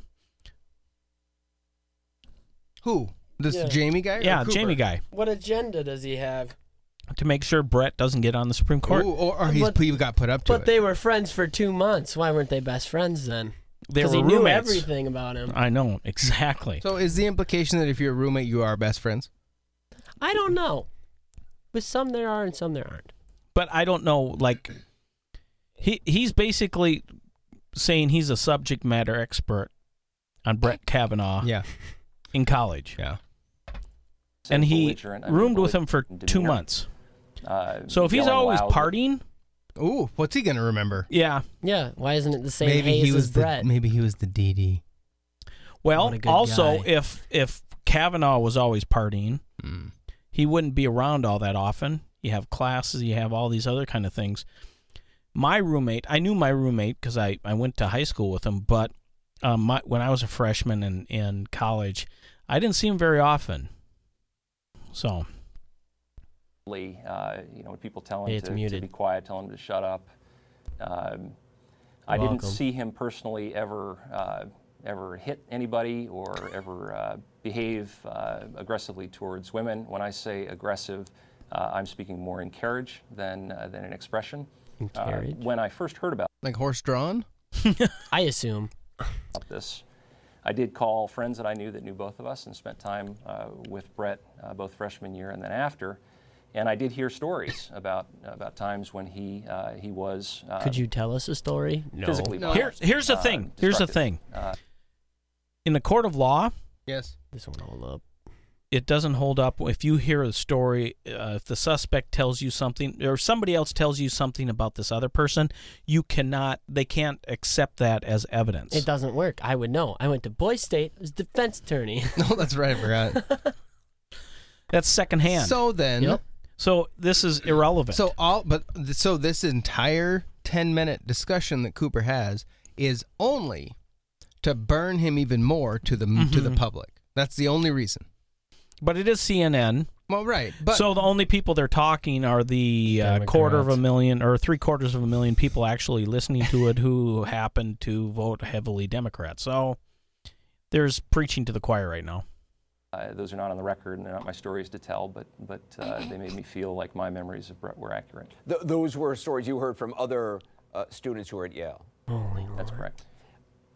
S1: Who? This
S2: Yeah.
S1: Jamie guy? or
S3: yeah,
S1: Cooper?
S3: Jamie guy,
S2: What agenda does he have?
S3: to make sure Brett doesn't get on the Supreme Court.
S1: Ooh, or, or he's,
S2: But-
S1: he got put up to
S2: But
S1: it.
S2: they were friends for two months. Why weren't they best friends then?
S3: They
S2: Because
S3: were
S2: he knew
S3: roommates. Uh,
S2: everything about him.
S3: I know exactly.
S1: so is the implication that if you're a roommate, you are best friends?
S2: I don't know. But some there are and some there aren't.
S3: but I don't know. Like he he's basically saying he's a subject matter expert on Brett Kavanaugh
S1: Yeah,
S3: in college,
S1: yeah.
S3: and he
S10: belligerent, I mean,
S3: roomed with him for
S10: belligerent
S3: two
S10: demeanor.
S3: months.
S10: Uh,
S3: So if he's
S10: yelling
S3: always
S10: loud.
S3: partying,
S1: Ooh, what's he gonna remember?
S3: yeah.
S2: Yeah. Why isn't it the same
S1: Maybe
S2: haze
S1: he was
S2: as
S1: the
S2: Brett?
S1: maybe he was the DD.
S3: Well,
S2: What a good
S3: also
S2: guy.
S3: if if Kavanaugh was always partying,
S1: Mm.
S3: he wouldn't be around all that often. You have classes, you have all these other kind of things. My roommate, I knew my roommate because I, I went to high school with him, but um, my, when I was a freshman in, in college, I didn't see him very often. So,
S10: uh, you know, people tell him
S2: Hey, it's
S10: to, to
S2: muted.
S10: be quiet, tell him to shut up. Um, I
S2: You're
S10: didn't
S2: welcome.
S10: see him personally ever uh, ever hit anybody or ever uh, behave uh, aggressively towards women. When I say aggressive, uh, I'm speaking more in carriage than uh, than in expression.
S2: In
S10: Uh,
S2: carriage?
S10: when I first heard about
S1: Like horse drawn?
S2: I assume.
S10: about this. I did call friends that I knew that knew both of us and spent time uh, with Brett uh, both freshman year and then after. And I did hear stories about about times when he uh, he was uh,
S2: Could you tell us a story?
S10: physically
S1: No.
S3: Here-
S10: violent,
S3: here's the
S10: uh,
S3: thing. Here's the
S10: destructive.
S3: thing.
S10: Uh,
S3: in the court of law,
S1: Yes.
S2: This one hold up.
S3: it doesn't hold up if you hear a story uh, if the suspect tells you something or somebody else tells you something about this other person you cannot they can't accept that as evidence
S2: It doesn't work. I would know. I went to Boy State as defense attorney.
S1: No, that's right. I forgot.
S3: that's secondhand so,
S1: so then,
S2: Yep.
S3: this is irrelevant
S1: so all but th- so this entire ten minute discussion that Cooper has is only to burn him even more to the to the public. That's the only reason.
S3: Mm-hmm. but it is cnn
S1: Well, right, but
S3: so the only people they're talking are the uh, quarter of a
S2: Democrats.
S3: million or three quarters of a million people actually listening to it who happen to vote heavily democrat so there's preaching to the choir right now
S10: uh, those are not on the record and they're not my stories to tell, but but uh, they made me feel like my memories of Brett were accurate.
S9: Th- those were stories you heard from other uh, students who were at Yale.
S2: Holy
S10: That's correct.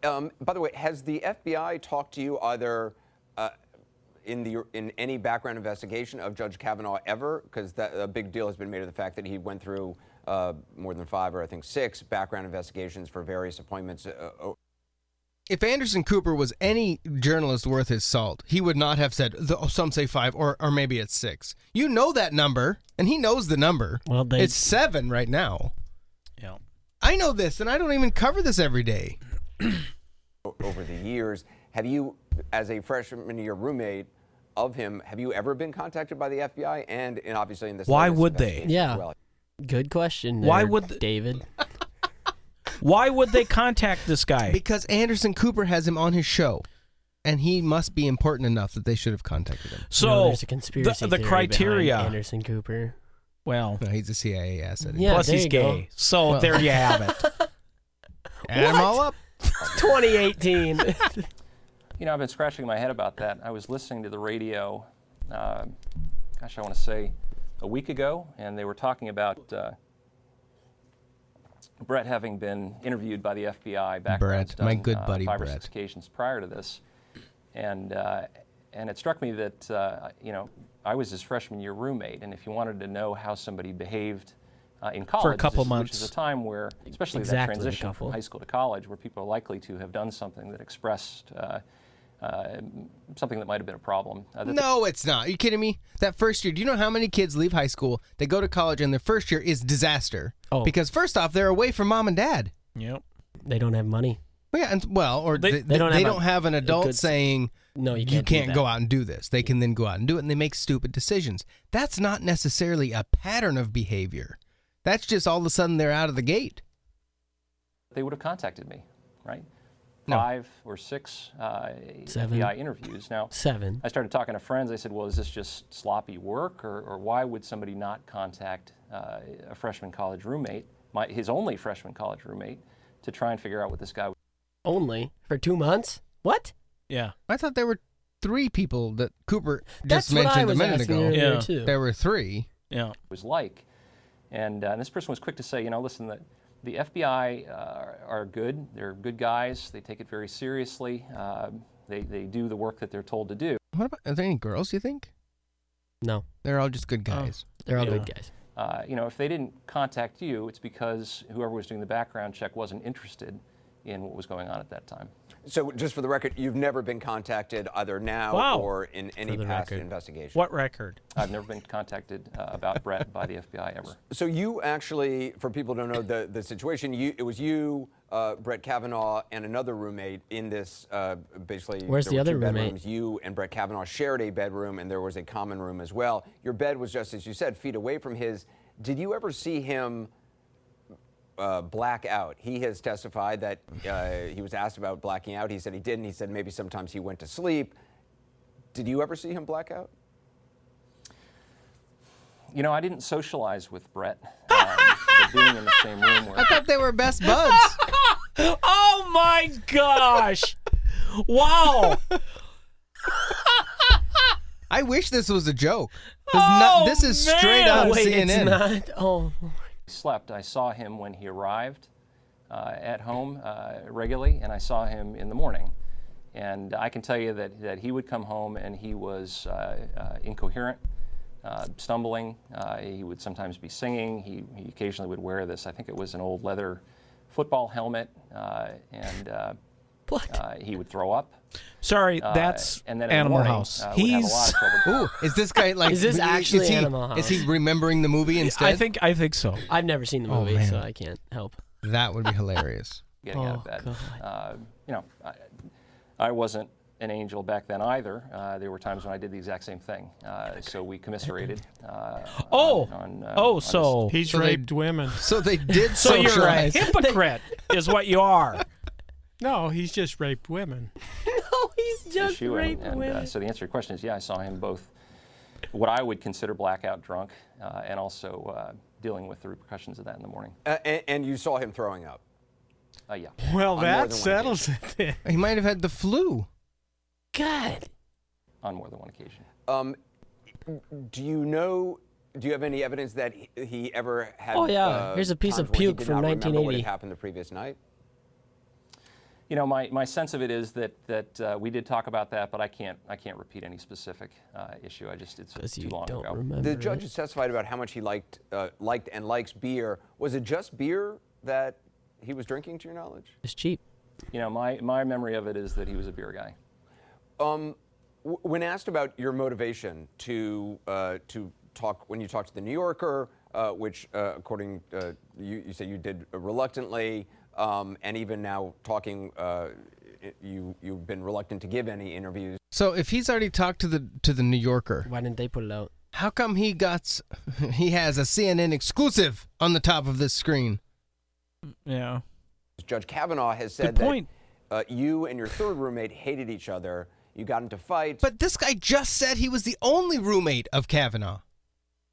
S9: Um, by the way, has the FBI talked to you either uh, in the in any background investigation of Judge Kavanaugh ever? Because a big deal has been made of the fact that he went through uh, more than five or I think six background investigations for various appointments. Uh, uh,
S1: if Anderson Cooper was any journalist worth his salt, he would not have said the, oh, some say five or or maybe it's six. You know that number, and he knows the number.
S2: Well, they-
S1: it's seven right now.
S3: yeah
S1: I know this, and I don't even cover this every day.
S9: o- over the years, have you, as a freshman year roommate of him, have you ever been contacted by the FBI? And, and obviously in this
S3: Why
S9: latest
S3: would they?
S9: investigation as
S2: Yeah.
S9: well.
S2: Good question.
S3: Why
S2: there,
S3: would th-
S2: David?
S3: why would they contact this guy
S1: Because Anderson Cooper has him on his show, and he must be important enough that they should have contacted him.
S3: So
S2: You know, there's a conspiracy
S3: the, the
S2: theory behind
S3: criteria.
S2: Anderson Cooper.
S3: Well,
S1: No, he's a CIA asset.
S2: Yeah,
S3: plus
S2: there
S3: he's
S2: you
S3: gay.
S2: go.
S3: So
S1: Well.
S3: there you have it.
S1: Add 'em
S2: What?
S1: all up.
S2: 2018.
S10: You know, I've been scratching my head about that. I was listening to the radio, uh, gosh, I want to say a week ago, and they were talking about uh, Brett having been interviewed by the FBI back
S1: Brett, my good buddy
S10: uh, five or
S1: Brett.
S10: six occasions prior to this, and uh, and it struck me that uh, you know I was his freshman year roommate, and if you wanted to know how somebody behaved uh, in college,
S3: couple
S10: this- which
S3: months.
S10: is a time where, especially
S2: Exactly, a
S10: that transition
S2: couple.
S10: from high school to college, where people are likely to have done something that expressed uh, uh, something that might have been a problem. Uh, that the-
S1: No, it's not. Are you kidding me? That first year, do you know how many kids leave high school? They go to college, and their first year is disaster.
S2: Oh.
S1: Because first off, they're away from mom and dad.
S3: Yep.
S2: They don't have money.
S1: Well, yeah, and well, or they, they, they don't, have,
S2: a-
S1: an
S2: a
S1: adult
S2: good s-
S1: saying,
S2: No, you
S1: you
S2: can't do
S1: can't
S2: that."
S1: go out and do this." They can then go out and do it, and they make stupid decisions. That's not necessarily a pattern of behavior. That's just all of a sudden they're out of the gate.
S10: they would have contacted me, right?
S1: No.
S10: Five or six uh,
S2: Seven.
S10: FBI interviews. Now,
S2: Seven.
S10: I started talking to friends. I said, well, is this just sloppy work, or, or why would somebody not contact uh, a freshman college roommate, my, his only freshman college roommate, to try and figure out what this guy was?
S2: Only for two months? What?
S3: Yeah.
S1: I thought there were three people that Cooper
S2: That's
S1: just
S2: what I
S1: mentioned a
S2: was
S1: minute
S2: asking
S1: ago.
S2: earlier,
S3: Yeah.
S2: too.
S1: There were three.
S3: Yeah.
S10: was like. And, uh, this person was quick to say, you know, listen, the, the FBI uh, are- are good. They're good guys. They take it very seriously. Uh, they, they do the work that they're told to do.
S1: What about? Are there any girls? You think
S2: No,
S1: they're all just good guys?
S2: they're all
S3: Yeah.
S2: good guys.
S10: Uh, you know, if they didn't contact you, it's because whoever was doing the background check wasn't interested in what was going on at that time.
S9: So, just for the record, you've never been contacted either now
S3: Wow.
S9: or in any
S2: the
S9: past
S2: record.
S9: investigation.
S3: What record?
S10: I've never been contacted uh, about Brett by the FBI ever.
S9: So you actually, for people who don't know the, the situation, you, it was you, uh, Brett Kavanaugh, and another roommate in this. Uh, basically,
S2: Where's
S9: there
S2: the
S9: were
S2: other
S9: two
S2: roommate?
S9: Bedrooms. You and Brett Kavanaugh shared a bedroom, and there was a common room as well. Your bed was just as you said, feet away from his. Did you ever see him? uh, black out. He has testified that uh, he was asked about blacking out. He said he didn't. He said maybe sometimes he went to sleep. Did you ever see him black out?
S10: You know, I didn't socialize with Brett. Um, but being in the same room where
S1: I thought they were best buds.
S3: Oh my gosh! wow.
S1: I wish this was a joke. This, is not, this is
S3: Oh,
S1: straight
S3: man.
S1: on
S2: Oh, Wait,
S1: CNN.
S2: it's not. Oh,
S10: he slept, I saw him when he arrived uh, at home uh, regularly, and I saw him in the morning. And I can tell you that, that he would come home and he was uh, uh, incoherent, uh, stumbling. Uh, he would sometimes be singing. He, he occasionally would wear this, I think it was an old leather football helmet, uh, and uh,
S2: what?
S10: uh, he would throw up.
S3: Sorry,
S10: Uh,
S3: that's
S10: and then in the
S3: Animal
S10: morning,
S3: House.
S10: uh, would have a lot
S3: He's.
S10: of trouble
S1: Ooh, is this guy like?
S2: Is this
S1: he-
S2: actually
S1: he,
S2: Animal House?
S1: Is he remembering the movie instead?
S3: I think. I think so.
S2: I've never seen the
S1: Oh,
S2: movie,
S1: man.
S2: so I can't help.
S1: that would be hilarious.
S10: getting out of
S2: Oh,
S10: bed.
S2: God.
S10: Uh, you know, I, I wasn't an angel back then either. Uh, there were times when I did the exact same thing. Uh, so we commiserated. Uh,
S3: Oh.
S10: on, on, uh, on
S3: oh,
S10: this-
S3: so
S6: He's
S1: So they-
S6: raped women.
S1: So they did
S3: so you're a
S1: socialize.
S3: hypocrite, is what you are.
S6: No, he's just raped women.
S2: No, he's just
S10: issue. And,
S2: raping
S10: and,
S2: women.
S10: uh, so the answer to your question is, yeah, I saw him both what I would consider blackout drunk, uh, and also uh, dealing with the repercussions of that in the morning.
S9: Uh, and, and you saw him throwing up.
S10: Uh, yeah.
S9: On
S6: Well,
S9: more than one
S6: that
S9: occasion.
S6: settles it then.
S1: He might have had the flu.
S2: God.
S10: On more than one occasion.
S9: Um, do you know? Do you have any evidence that he, he ever had?
S2: Oh, yeah.
S9: uh,
S2: Here's a piece of
S9: times when he
S2: puke
S9: did
S2: from
S9: not remember What
S2: 1980.
S9: had happened the previous night?
S10: You know, my, my sense of it is that that uh, we did talk about that, but I can't I can't repeat any specific uh, issue. I just it's
S2: Because
S10: too
S2: you
S10: long
S2: don't
S10: ago.
S2: remember.
S9: The judge has testified about how much he liked, uh, liked and likes beer. Was it just beer that he was drinking, to your knowledge?
S2: It's cheap.
S10: You know, my, my memory of it is that he was a beer guy.
S9: Um, w- when asked about your motivation to uh, to talk when you talked to the New Yorker, uh, which uh, according uh, you, you say you did reluctantly, um, and even now talking, uh, i- you you've been reluctant to give any interviews.
S1: So if he's already talked to the to the New Yorker,
S2: Why didn't they put it out?
S1: how come he got s- he has a CNN exclusive on the top of this screen?
S3: Yeah.
S9: Judge Kavanaugh has said
S3: Good point.
S9: that uh, you and your third roommate hated each other. You got into fights.
S1: But this guy just said he was the only roommate of Kavanaugh.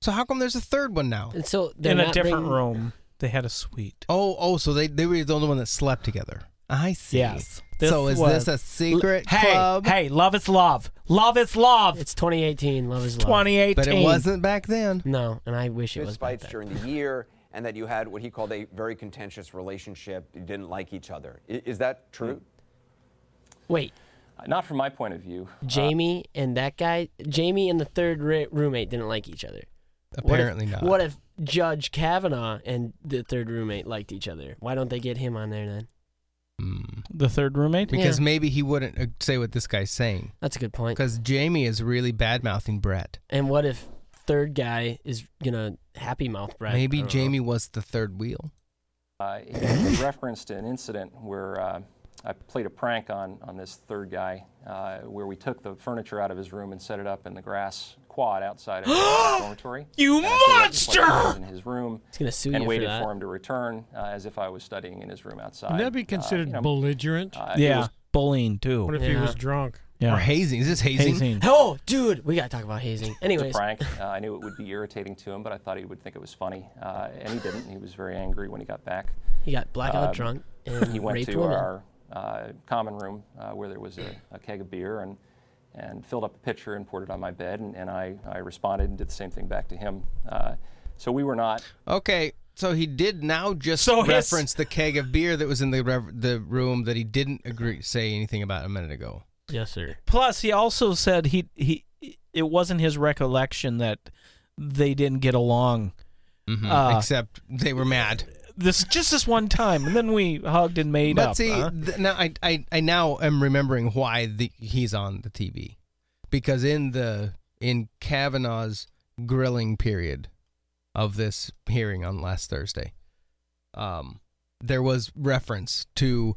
S1: So how come there's a third one now?
S2: And so they're
S3: In a
S2: not
S3: different
S2: bringing-
S3: room, they had a suite.
S1: Oh, oh, so they, they were the only one that slept together. I see.
S3: Yes.
S1: so is
S3: was-
S1: this a secret
S3: hey,
S1: club?
S3: Hey, love is love. Love is love.
S2: It's 2018. Love is love.
S3: 2018.
S1: But it wasn't back then.
S2: No, and I wish it was. back
S9: fistfights
S2: then.
S9: during the year, and that you had what he called a very contentious relationship. You didn't like each other. I- is that true?
S2: Wait,
S10: Uh, Not from my point of view. Uh,
S2: Jamie and that guy, Jamie and the third ri roommate didn't like each other. What if-
S1: Apparently not.
S2: What if Judge Kavanaugh and the third roommate liked each other? Why don't they get him on there then?
S3: The third roommate?
S1: Because maybe he wouldn't uh, say what this guy's saying.
S2: That's a good point.
S1: Because Jamie is really bad mouthing Brett.
S2: And what if third guy is gonna happy mouth Brett? I
S1: Maybe
S2: don't know.
S1: Jamie was the third wheel.
S10: Uh, he referenced an incident where uh, I played a prank on, on this third guy, uh, where we took the furniture out of his room and set it up in the grass quad outside of his dormitory.
S3: You
S10: And I set it up just like
S3: monster!
S10: I was In his room,
S2: He's gonna sue
S10: and
S2: you for
S10: waited
S2: that.
S10: for him to return, uh, as if I was studying in his room outside.
S6: Would that
S10: Uh,
S6: be
S10: you
S6: considered
S10: know,
S6: belligerent?
S10: uh, it
S3: yeah.
S10: was-
S3: bullying too.
S6: What if he
S2: Yeah.
S6: was drunk?
S3: yeah.
S1: Or hazing. Is this hazing?
S3: hazing.
S2: Oh, dude, we gotta talk about hazing.
S10: It was
S2: Anyways,
S10: a prank. Uh, I knew it would be irritating to him, but I thought he would think it was funny, uh, and he didn't. He was very angry when he got back.
S2: he got blackout
S10: Um,
S2: drunk and
S10: he went
S2: raped
S10: to
S2: women.
S10: our uh, common room uh, where there was a, a keg of beer and and filled up a pitcher and poured it on my bed, and, and I, I responded and did the same thing back to him. Uh, so we were not
S1: Okay, so he did now just
S3: So his-
S1: reference the keg of beer that was in the rev- the room that he didn't agree say anything about a minute ago.
S2: Yes, sir.
S3: Plus, he also said he he it wasn't his recollection that they didn't get along.
S1: Mhm,
S3: Uh,
S1: Except they were mad.
S3: This just this one time, and then we hugged and made
S1: But
S3: up.
S1: see,
S3: huh?
S1: th- now I, I I now am remembering why the, he's on the TV, because in the in Kavanaugh's grilling period of this hearing on last Thursday, um, there was reference to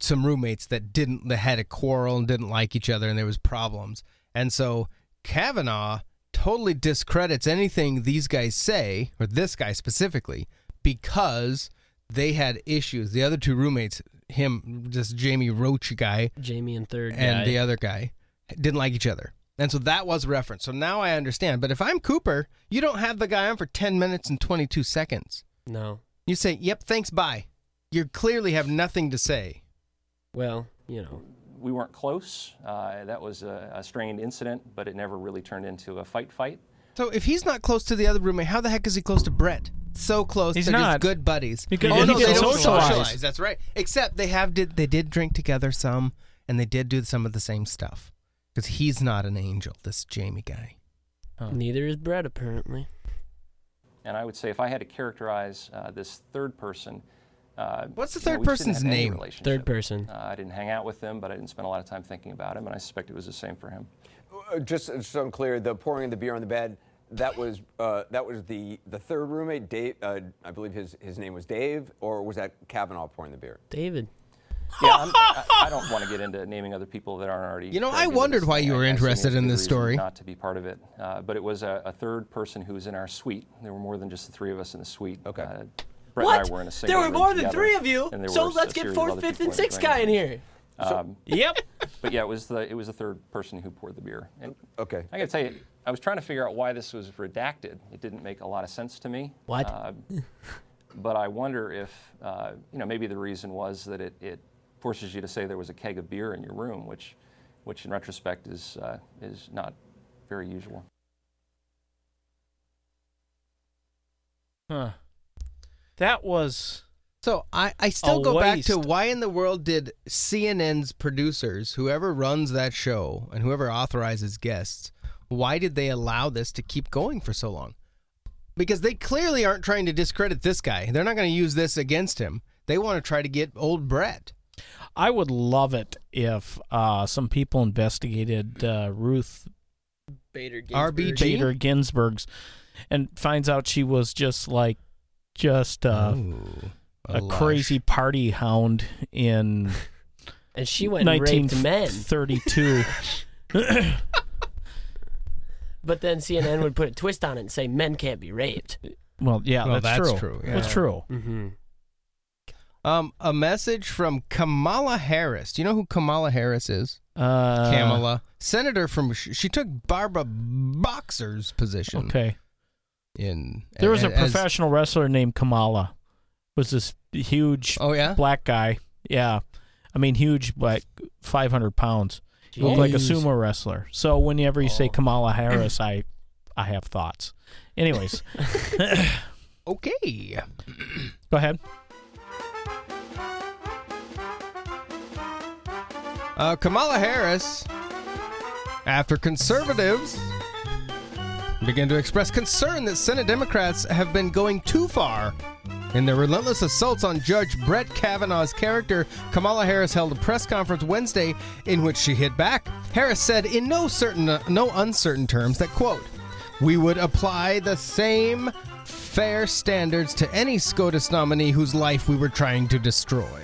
S1: some roommates that didn't that had a quarrel and didn't like each other, and there was problems, and so Kavanaugh totally discredits anything these guys say, or this guy specifically, because they had issues. The other two roommates, him, this Jamie Roach guy,
S2: Jamie and third
S1: and
S2: guy.
S1: the other guy, didn't like each other. And so that was reference. So now I understand. But if I'm Cooper, you don't have the guy on for 10 minutes and 22 seconds.
S2: no.
S1: You say, yep, thanks, bye. You clearly have nothing to say.
S2: Well, you know.
S10: we weren't close. Uh, that was a, a strained incident, but it never really turned into a fight fight.
S1: So if he's not close to the other roommate, how the heck is he close to Brett? So close.
S3: He's
S1: They're
S3: not.
S1: just good buddies.
S3: Because
S1: oh
S3: he
S1: no, they
S3: didn't
S1: don't
S3: socialize.
S1: socialize. That's right. Except they have did they did drink together some, and they did do some of the same stuff. Because he's not an angel, this Jamie guy. Oh.
S2: Neither is Brett apparently.
S10: And I would say if I had to characterize uh, this third person, uh,
S1: What's the
S10: you know,
S1: third
S10: we just didn't
S1: person's
S10: have any
S1: name?
S10: relationship.
S2: Third person.
S10: Uh, I didn't hang out with them, but I didn't spend a lot of time thinking about him, and I suspect it was the same for him.
S9: Uh, Just so I'm clear, the pouring of the beer on the bed, that was uh, that was the, the third roommate, Dave. Uh, I believe his, his name was Dave, or was that Kavanaugh pouring the beer?
S2: David.
S10: yeah, I'm, I, I don't want to get into naming other people that aren't already.
S1: You know,
S10: dragged
S1: I
S10: into
S1: wondered
S10: this
S1: why
S10: thing.
S1: you
S10: I-
S1: were
S10: I see
S1: interested
S10: no
S1: in
S10: good
S1: this
S10: reason
S1: story.
S10: Not to be part of it, uh, but it was a, a third person who was in our suite. There were more than just the three of us in the suite.
S9: Okay.
S10: Uh, Brett
S2: what?
S10: and I were in a single
S2: there were
S10: room
S2: more than
S10: together,
S2: three of you.
S10: and there
S2: So
S10: were a
S2: let's get
S10: series of
S2: fourth,
S10: other
S2: fifth,
S10: people
S2: and
S10: that were
S2: sixth guy in here.
S10: Um,
S3: yep.
S10: but yeah, it was the it was the third person who poured the beer. And
S9: Okay.
S10: I got to tell you, I was trying to figure out why this was redacted. It didn't make a lot of sense to me.
S2: What?
S10: Uh, but I wonder if uh, you know maybe the reason was that it, it forces you to say there was a keg of beer in your room, which which in retrospect is uh, is not very usual.
S3: Huh. That was
S1: So I, I still go back to
S3: waste.
S1: why in the world did CNN's producers, whoever runs that show and whoever authorizes guests, why did they allow this to keep going for so long? Because they clearly aren't trying to discredit this guy. They're not going to use this against him. They want to try to get old Brett.
S3: I would love it if uh, some people investigated uh, Ruth
S2: Bader
S1: RBG?
S3: Bader Ginsburg's and finds out she was just like just uh,
S1: Ooh,
S3: a
S1: lush.
S3: crazy party hound in
S2: And she went and raped men.
S3: 1932.
S2: But then CNN would put a twist on it and say men can't be raped.
S3: well, yeah,
S1: Well,
S3: that's,
S1: that's
S3: true.
S1: true,
S3: That's
S1: yeah.
S3: true.
S2: Mm-hmm.
S1: Um, a message from Kamala Harris. Do you know who Kamala Harris is?
S3: Uh,
S1: Kamala, senator from. She she took Barbara Boxer's position.
S3: Okay.
S1: in
S3: There was a
S1: as- as-
S3: professional wrestler named Kamala. Was this huge
S1: Oh yeah,
S3: black guy? Yeah, I mean huge, like 500 pounds. He looked like a
S2: Jeez.
S3: sumo wrestler. So whenever you say
S1: Oh.
S3: Kamala Harris, I, I have thoughts. Anyways,
S1: okay.
S3: go ahead.
S1: Uh, Kamala Harris, after conservatives begin to express concern that Senate Democrats have been going too far In their relentless assaults on Judge Brett Kavanaugh's character, Kamala Harris held a press conference Wednesday in which she hit back. Harris said in no certain no uncertain terms that quote, "We would apply the same fair standards to any SCOTUS nominee whose life we were trying to destroy."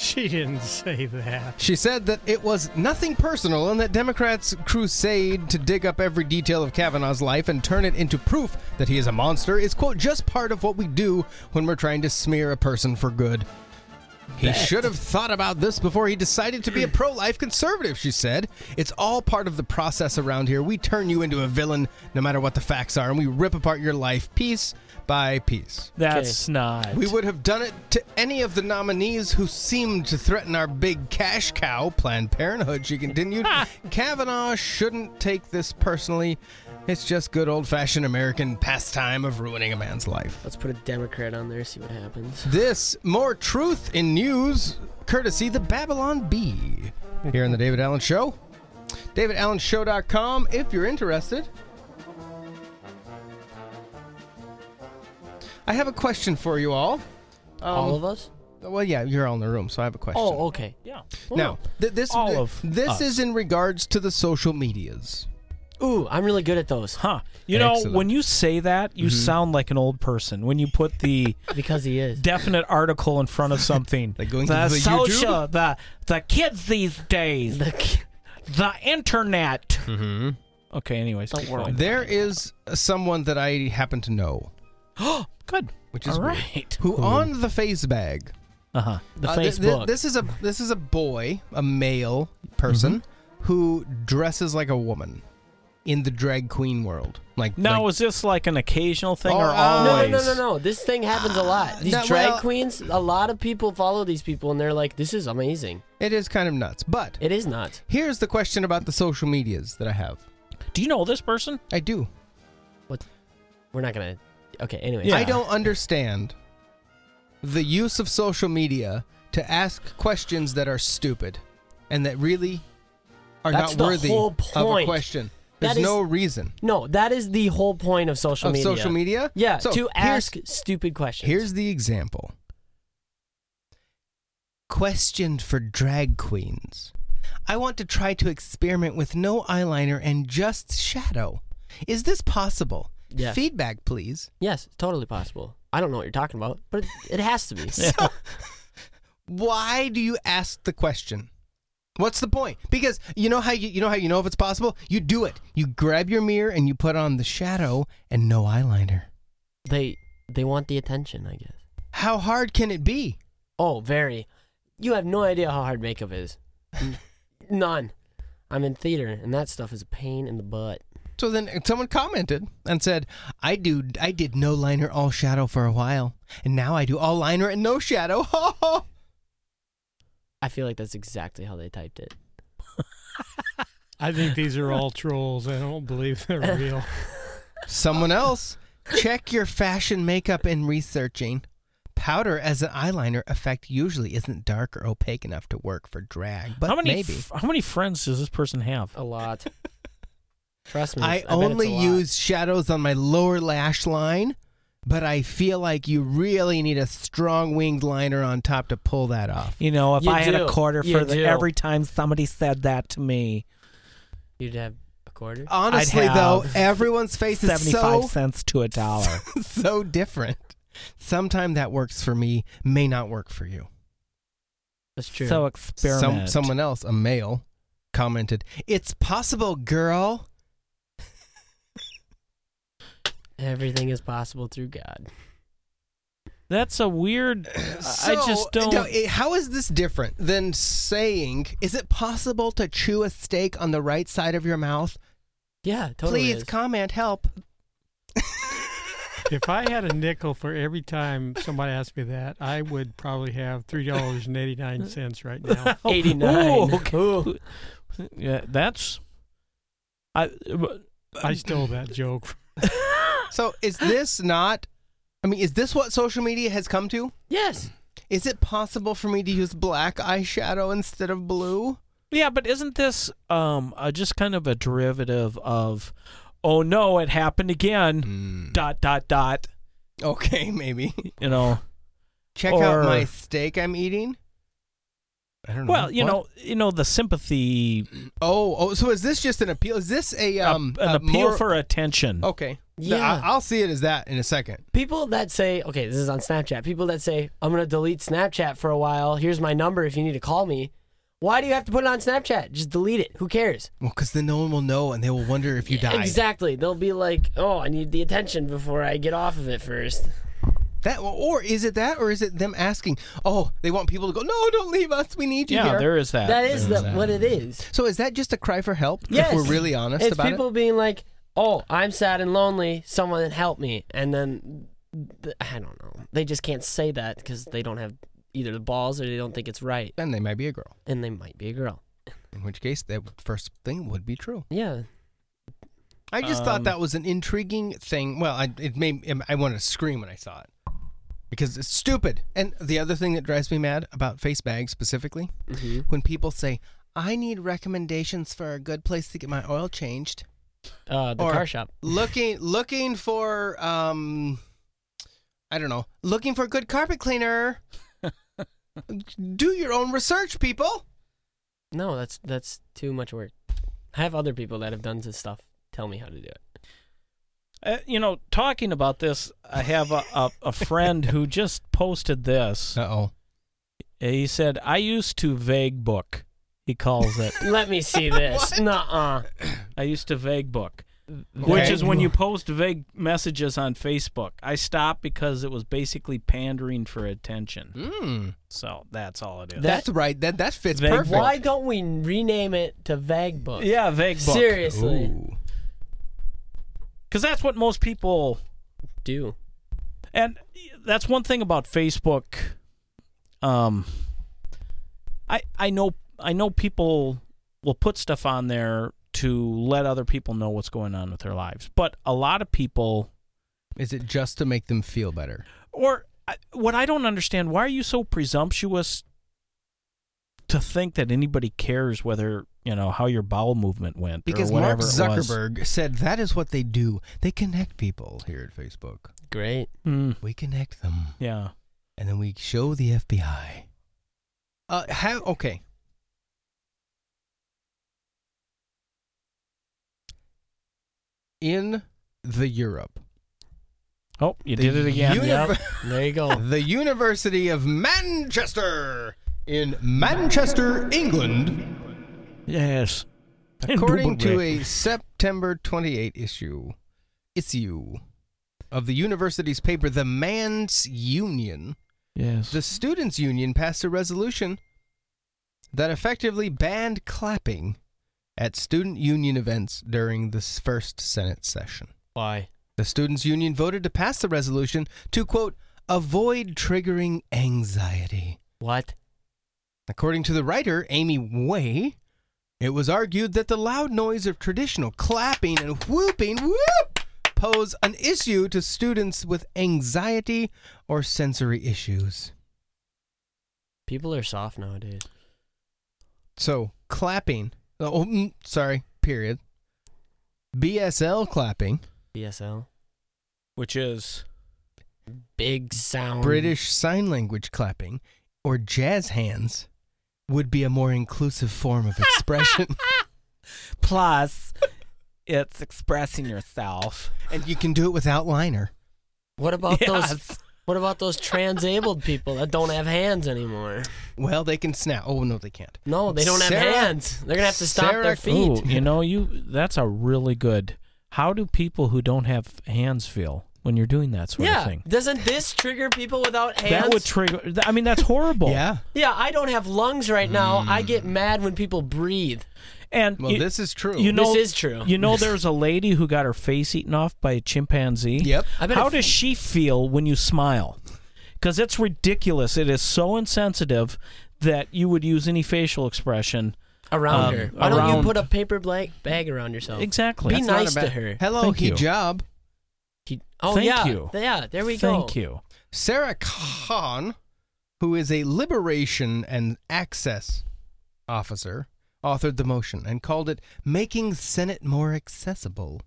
S6: She didn't say that.
S1: She said that it was nothing personal and that Democrats' crusade to dig up every detail of Kavanaugh's life and turn it into proof that he is a monster is, quote, just part of what we do when we're trying to smear a person for good. He should have thought about this before he decided to be
S3: Hmm.
S1: a pro life conservative, she said. It's all part of the process around here. We turn you into a villain no matter what the facts are, and we rip apart your life piece by piece.
S3: That's not.
S1: We would have done it to any of the nominees who seemed to threaten our big cash cow, Planned Parenthood, she continued. Kavanaugh shouldn't take this personally. It's just good old fashioned American pastime of ruining a man's life.
S2: Let's put a Democrat on there, see what happens.
S1: This, more truth in news, courtesy the Babylon Bee, here in the David Allen Show. DavidAllenShow.com if you're interested. I have a question for you all. Um,
S2: All of us?
S1: Well, yeah, you're all in the room, so I have a question.
S2: Oh, okay.
S3: Yeah.
S1: Now, th- this
S3: All of
S1: this
S3: us.
S1: is in regards to the social medias.
S2: Ooh, I'm really good at those.
S3: Huh. You know,
S1: Excellent. Mm-hmm.
S3: when you say that, you sound like an old person. When you put the
S2: Because he is.
S3: definite article in front of something.
S1: Like going to the
S3: social,
S1: YouTube?
S3: the the kids these days, the, internet. Mm-hmm. Okay. Anyways, don't worry.
S1: There is someone that I happen to know,
S3: Good.
S1: which is
S3: All
S1: weird,
S3: right.
S1: who on the face bag.
S3: Uh huh.
S2: The
S1: uh, th- th-
S2: Facebook.
S1: this is a this is a boy, a male person
S3: Mm-hmm.
S1: who dresses like a woman in the drag queen world. Like
S3: Now
S1: like,
S3: is this like an occasional thing
S1: Oh,
S3: or
S1: uh,
S2: no,
S3: always?
S2: no, no, no, no. This thing happens a lot. These
S1: no,
S2: drag
S1: well-
S2: queens, a lot of people follow these people and they're like, this is amazing.
S1: it is kind of nuts. But
S2: It is not.
S1: here's the question about the social medias that I have.
S3: Do you know this person?
S1: I do.
S2: We're not going to. Okay, anyway.
S3: Yeah.
S1: I don't understand the use of social media to ask questions that are stupid and that really are
S2: That's
S1: not
S2: the
S1: worthy
S2: whole
S1: of a
S2: point.
S1: question.
S2: That
S1: There's
S2: is-
S1: no reason.
S2: No, that is the whole point of social
S1: Of
S2: media.
S1: social media?
S2: Yeah,
S1: So,
S2: to
S1: here's-
S2: ask stupid questions.
S1: Here's the example. Questioned for drag queens. I want to try to experiment with no eyeliner and just shadow. Is this possible?
S2: Yes.
S1: Feedback, please.
S2: Yes, it's totally possible. I don't know what you're talking about, but it, it has to be.
S1: So, why do you ask the question? What's the point? Because you know how you, you know how you know if it's possible. You do it. You grab your mirror and you put on the shadow and no eyeliner.
S2: They they want the attention, I guess.
S1: How hard can it be?
S2: Oh, very. You have no idea how hard makeup is. N- None. I'm in theater, and that stuff is a pain in the butt.
S1: So then uh, someone commented and said, "I do. I did no liner, all shadow for a while, and now I do all liner and no shadow."
S2: I feel like that's exactly how they typed it.
S6: I think these are all trolls. I don't believe they're real.
S1: Someone else, check your fashion makeup and researching. Powder as an eyeliner effect usually isn't dark or opaque enough to work for drag, but
S3: how many
S1: maybe.
S3: f- how many friends does this person have?
S2: A lot. Trust me.
S1: I
S2: bet it's a
S1: only
S2: lot.
S1: use shadows on my lower lash line, but I feel like you really need a strong winged liner on top to pull that off.
S3: You know, if
S2: You
S3: I had a
S2: do.
S3: quarter
S2: You
S3: for the,
S2: do.
S3: every time somebody said that to me,
S2: You'd have a quarter.
S1: Honestly,
S3: have
S1: though, everyone's face is
S3: seventy-five
S1: so
S3: cents to a dollar.
S1: so different. Sometime that works for me, may not work for you.
S2: That's true.
S3: So
S1: Some,
S3: experiment.
S1: someone else, a male, commented, "It's possible, girl."
S2: Everything is possible through God.
S3: That's a weird. I
S1: So,
S3: just don't.
S1: no, it- how is this different than saying, "Is it possible to chew a steak on the right side of your mouth?"
S2: Yeah, totally.
S1: Please
S2: is.
S1: comment help.
S6: if I had a nickel for every time somebody asked me that, I would probably have three dollars and eighty nine cents right now.
S3: Oh,
S2: 89.
S3: ooh, okay.
S2: Ooh.
S3: Yeah, that's. I. um,
S6: I stole that joke.
S1: So, is this not? I mean, is this what social media has come to?
S2: Yes.
S1: Is it possible for me to use black eyeshadow instead of blue?
S3: Yeah, but isn't this um uh, just kind of a derivative of oh no, it happened again. Dot dot dot.
S1: Mm. Okay, maybe.
S3: You know.
S1: Check out
S3: or-
S1: my steak I'm eating. I don't know.
S3: Well, you
S1: What?
S3: know, you know the sympathy,
S1: Oh, oh. So is this just an appeal? Is this a um
S3: an
S1: a
S3: appeal
S1: more-
S3: for attention.
S1: Okay.
S2: Yeah.
S1: Yeah. I, will see it as that in a second.
S2: People that say, okay, this is on Snapchat. People that say, I'm going to delete Snapchat for a while. Here's my number if you need to call me. Why do you have to put it on Snapchat? Just delete it. Who cares?
S1: Well, because then no one will know, and they will wonder if you died.
S2: Exactly. They'll be like, oh, I need the attention before I get off of it first.
S1: That or is it that, or is it them asking? Oh, they want people to go. No, don't leave us. We need you
S3: Yeah,
S1: here."
S3: there is that.
S2: that is
S3: There
S2: the, what it is.
S1: So is that just a cry for help?
S2: Yes.
S1: If we're really honest
S2: it's
S1: about
S2: people being like, "Oh, I'm sad and lonely. Someone help me." And then th- I don't know. They just can't say that because they don't have either the balls or they don't think it's right.
S1: it, then they might be a girl.
S2: And they might be a girl.
S1: In which case, that first thing would be true.
S2: Yeah.
S1: I just thought
S3: Um,
S1: that was an intriguing thing. Well, I, it made I wanted to scream when I saw it because it's stupid. And the other thing that drives me mad about face bags specifically,
S2: Mhm.
S1: when people say, "I need recommendations for a good place to get my oil changed,"
S2: Uh, the
S1: Or-
S2: car shop.
S1: looking looking for um, I don't know, looking for a good carpet cleaner. Do your own research, people.
S2: No, that's that's too much work. I have other people that have done this stuff. Tell me how to do it.
S3: Uh, you know, talking about this, I have a, a, a friend who just posted this.
S1: Uh oh.
S3: He said, I used to vague book, he calls it.
S2: Let me see this. Nuh-uh.
S3: I used to vague book, which
S1: Okay.
S3: is when you post vague messages on Facebook. I stopped because it was basically pandering for attention.
S1: Mm,
S3: So that's all it is.
S1: that's right. That that fits
S3: Vague
S1: perfect.
S2: Why don't we rename it to Vag Book?
S3: yeah, vague book.
S2: Seriously.
S1: Ooh.
S3: Because that's what most people.
S2: Do.
S3: And that's one thing about Facebook. Um, I I know I know people will put stuff on there to let other people know what's going on with their lives, but a lot of people
S1: Is it just to make them feel better?
S3: or I- what I don't understand, why are you so presumptuous to think that anybody cares whether you know how your bowel movement went
S1: Because
S3: or whatever
S1: Mark
S3: it was?
S1: Zuckerberg said that is what they do. They connect people here at Facebook.
S2: Great.
S3: Mm,
S1: We connect them,
S3: yeah,
S1: and then we show the FBI. Uh, how? Okay. In the Europe,
S3: oh, you
S1: The
S3: did it again.
S1: uni-
S3: Yep.
S2: Yep. there you go.
S1: the University of Manchester in Manchester, England.
S3: Yes,
S1: According to
S3: Indubitably.
S1: a September 28 issue, issue of the university's paper, The Man's Union,
S3: yes,
S1: the students' union passed a resolution that effectively banned clapping at student union events during this first Senate session.
S2: Why?
S1: The students' union voted to pass the resolution to, quote, avoid triggering anxiety.
S2: What?
S1: According to the writer, Amy Way, it was argued that the loud noise of traditional clapping and whooping whoop pose an issue to students with anxiety or sensory issues.
S2: People are soft nowadays.
S1: So, clapping. Oh, mm, sorry, period. BSL clapping,
S2: BSL.
S3: which is
S2: Big sound.
S1: British Sign Language clapping, or jazz hands would be a more inclusive form of expression.
S3: plus it's expressing yourself.
S1: and you can do it without liner.
S2: What about those?
S3: Yes.
S2: What about those trans-abled people that don't have hands anymore?
S1: Well, they can snap. Oh, no, they can't.
S2: No, they don't
S1: Sarah-
S2: have hands. They're gonna have to stop
S1: Sarah-
S2: their
S3: Ooh,
S2: feet.
S3: you know, you that's a really good. How do people who don't have hands feel when you're doing that sort of
S2: yeah.
S3: thing?
S2: Doesn't this trigger people without hands?
S3: That would trigger. I mean, that's horrible.
S1: Yeah.
S2: yeah, I don't have lungs right now. I get mad when people breathe.
S3: And
S1: Hmm. Well,
S3: you-
S1: this is true.
S3: You know,
S2: This is true.
S3: You know, there's a lady who got her face eaten off by a chimpanzee.
S1: Yep.
S2: I bet
S3: How
S2: it-
S3: does she feel when you smile? Because it's ridiculous. It is so insensitive that you would use any facial expression.
S2: Around
S3: Um,
S2: her. Why don't you
S3: around-
S2: put a paper blank bag around yourself?
S3: Exactly.
S2: Be
S3: That's
S2: nice to her.
S1: Hello,
S3: Thank you.
S1: hijab.
S2: He- oh
S3: Thank
S2: yeah.
S3: you.
S2: Yeah. There we go.
S3: Thank you.
S1: Sarah Khan, who is a liberation and access officer, authored the motion and called it Making Senate More Accessible.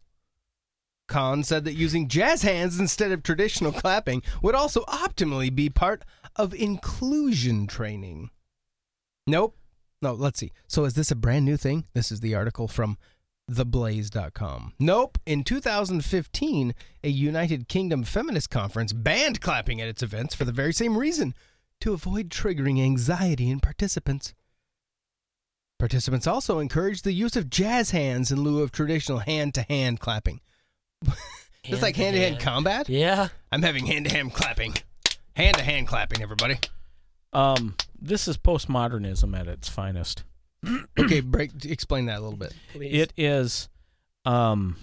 S1: Kahn said that using jazz hands instead of traditional clapping would also optimally be part of inclusion training. Nope. No, let's see. So is this a brand new thing? This is the article from theblaze.com. Nope. In 2015, a United Kingdom feminist conference banned clapping at its events for the very same reason to avoid triggering anxiety in participants. Participants also encouraged the use of jazz hands in lieu of traditional hand to hand clapping. It's like hand to hand combat?
S2: Yeah.
S1: I'm having hand to hand clapping. Hand to hand clapping, everybody.
S3: Um, this is postmodernism at its finest.
S1: okay, break explain that a little bit.
S3: It is, um,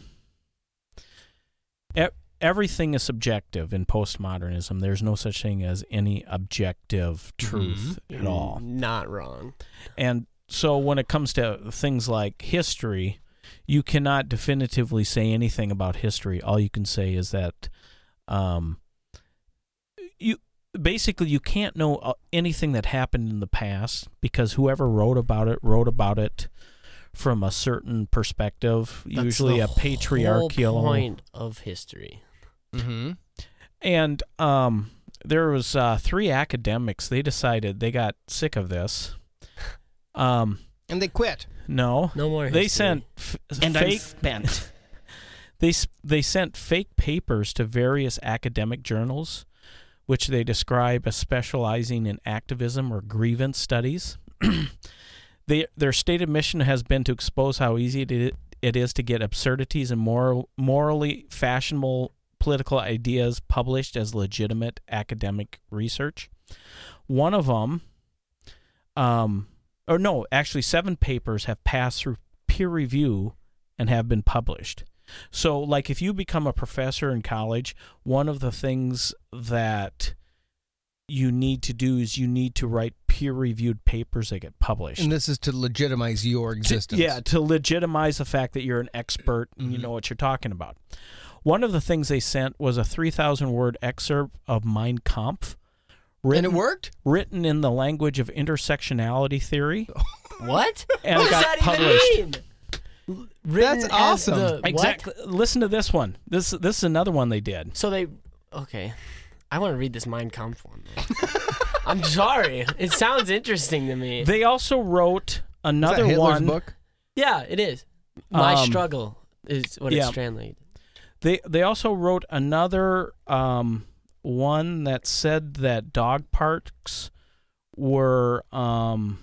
S3: e- everything is subjective in postmodernism. There's no such thing as any objective truth at all.
S2: Mm-hmm. Not wrong.
S3: And so when it comes to things like history, you cannot definitively say anything about history. All you can say is that um, you basically you can't know uh, anything that happened in the past because whoever wrote about it wrote about it from a certain perspective,
S2: That's
S3: usually
S2: the
S3: a patriarchal
S2: whole point of history.
S1: Mm-hmm.
S3: and um, there was uh, three academics. They decided they got sick of this. Um,
S1: And they quit.
S3: no,
S2: No more
S3: They
S2: history.
S3: sent f-
S11: And I'm
S3: fake.
S11: spent.
S3: They s- they sent fake papers to various academic journals, which they describe as specializing in activism or grievance studies. they, their stated mission has been to expose how easy it i- it is to get absurdities and moral, morally fashionable political ideas published as legitimate academic research. One of them, um, or no, actually, seven papers have passed through peer review and have been published. So, like, if you become a professor in college, one of the things that you need to do is you need to write peer reviewed papers that get published.
S1: And this is to legitimize your
S3: To-
S1: existence.
S3: yeah, to legitimize the fact that you're an expert and
S1: Mm-hmm.
S3: you know what you're talking about. One of the things they sent was a 3,000 word excerpt of Mein Kampf.
S1: And it worked?
S3: Written in the language of intersectionality theory.
S2: What?
S3: And
S2: what
S3: it
S2: does
S3: got
S2: that even mean? Written
S1: That's
S2: as
S1: awesome.
S2: the- what?
S3: Exactly. Listen to this one. This this is another one they did.
S2: So they, okay, I want to read this Mein Kampf one. I'm sorry. It sounds interesting to me.
S3: They also wrote
S1: Is that
S3: another
S1: Hitler's
S3: one.
S1: book?
S2: yeah, it is. My
S3: Um,
S2: struggle is what
S3: yeah.
S2: it's translated.
S3: They they also wrote another um, one that said that dog parks were. Um,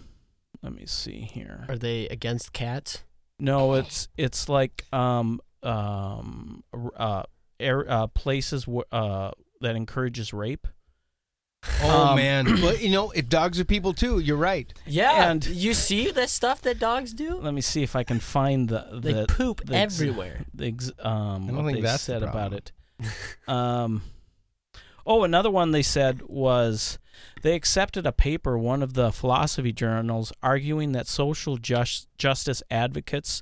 S3: let me see here.
S2: Are they against cats?
S3: No, it's it's like um um uh, air, uh places w- uh that encourages rape.
S1: Oh
S3: Um,
S1: man. well, you know, if dogs are people too, you're right.
S2: Yeah.
S3: And-
S2: you see the stuff that dogs do?
S3: Let me see if I can find the, the
S2: They poop
S3: the ex-
S2: everywhere.
S3: the ex- um,
S1: I don't
S3: what
S1: think
S3: they
S1: that's the
S3: said about
S1: problem.
S3: it. um, oh, another one they said was they accepted a paper, one of the philosophy journals, arguing that social jus- justice advocates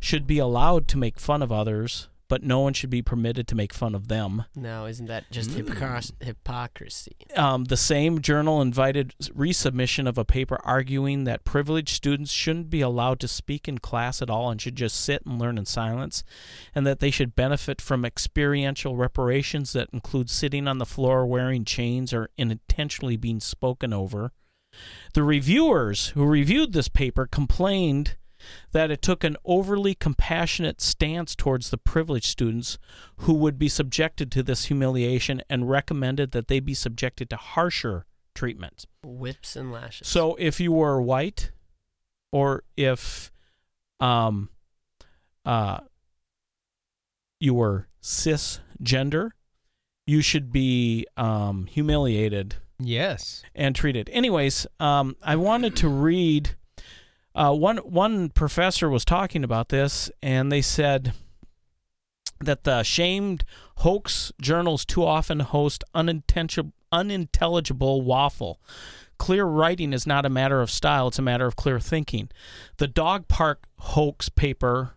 S3: should be allowed to make fun of others, but no one should be permitted to make fun of them.
S2: Now, isn't that just hypocris- hypocrisy?
S3: Um, the same journal invited s- resubmission of a paper arguing that privileged students shouldn't be allowed to speak in class at all and should just sit and learn in silence, and that they should benefit from experiential reparations that include sitting on the floor wearing chains or intentionally being spoken over. The reviewers who reviewed this paper complained that it took an overly compassionate stance towards the privileged students who would be subjected to this humiliation and recommended that they be subjected to harsher treatment.
S2: Whips and lashes.
S3: So if you were white or if um uh you were cisgender, you should be um humiliated
S1: Yes.
S3: and treated. Anyways, um, I wanted to read. Uh, one one professor was talking about this, and they said that the shamed hoax journals too often host unintentional, unintelligible waffle. Clear writing is not a matter of style; it's a matter of clear thinking. The dog park hoax paper,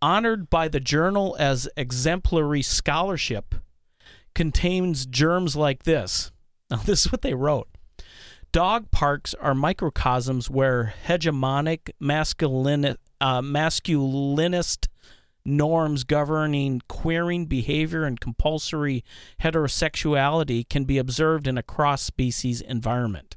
S3: honored by the journal as exemplary scholarship, contains germs like this. Now, this is what they wrote. Dog parks are microcosms where hegemonic masculin, uh, masculinist norms governing queering behavior and compulsory heterosexuality can be observed in a cross species environment.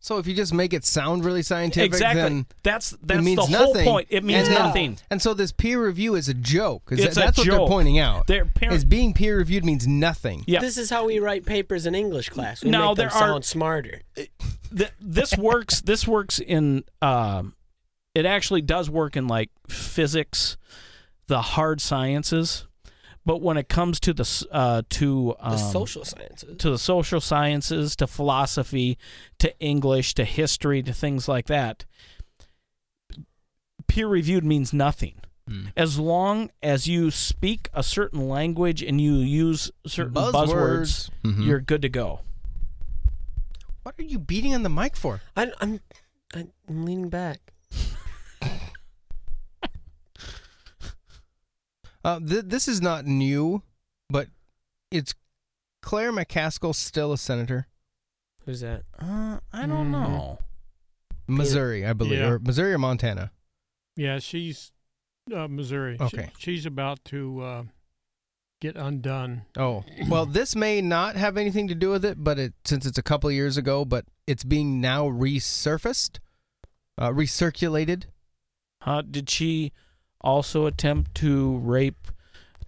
S1: So if you just make it sound really scientific,
S3: Exactly.
S1: then
S3: That's-
S1: it
S3: that's
S1: means
S3: the whole
S1: nothing.
S3: point. It means
S1: and then-
S3: nothing.
S1: and so this peer review is a joke. Is
S3: It's
S1: that-
S3: a
S1: that's what they're
S3: joke.
S1: pointing out.
S3: They're parent-
S1: is being peer reviewed means nothing.
S2: This is how we write papers in English class. We
S3: No,
S2: make them
S3: there are-
S2: sound smarter.
S3: Th- this works this works in um it actually does work in like physics the hard sciences but when it comes to the s- uh to um,
S2: The social sciences.
S3: to the social sciences to philosophy to english to history to things like that peer reviewed means nothing as long as you speak a certain language and you use certain
S1: Buzzwords.
S3: buzzwords,
S1: Mhm.
S3: you're good to go
S1: What are you beating on the mic for?
S2: I, I'm, I'm leaning back.
S1: Uh, th- this is not new, but it's Claire McCaskill still a senator,
S2: Who's that?
S3: uh, i don't
S2: Mm-hmm.
S3: know
S1: Missouri, I believe,
S6: Yeah.
S1: or Missouri or Montana.
S6: Yeah, she's uh, Missouri. She-
S1: Okay.
S6: she's about to uh, get undone.
S1: Oh well, this may not have anything to do with it, but it since it's a couple of years ago, but it's being now resurfaced, uh, recirculated.
S3: Huh? Did she also attempt to rape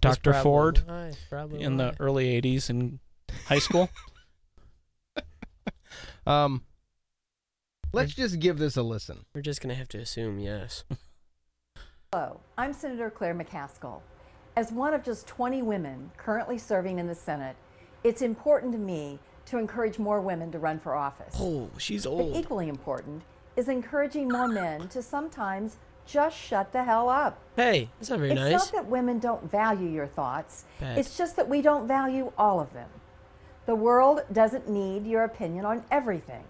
S2: That's
S3: Dr.
S2: probably
S3: Ford
S2: why, it's probably
S3: in the
S2: why.
S3: early 80s in high school?
S1: Um, let's just give this a listen.
S2: We're just gonna have to assume yes.
S11: Hello, I'm Senator Claire McCaskill. As one of just 20 women currently serving in the Senate, it's important to me to encourage more women to run for office.
S2: Oh, she's
S11: But equally important is encouraging more men to sometimes just shut the hell up.
S2: Hey, that's not very
S11: it's
S2: nice.
S11: not that women don't value your thoughts,
S2: Bad.
S11: it's just that we don't value all of them. The world doesn't need your opinion on everything.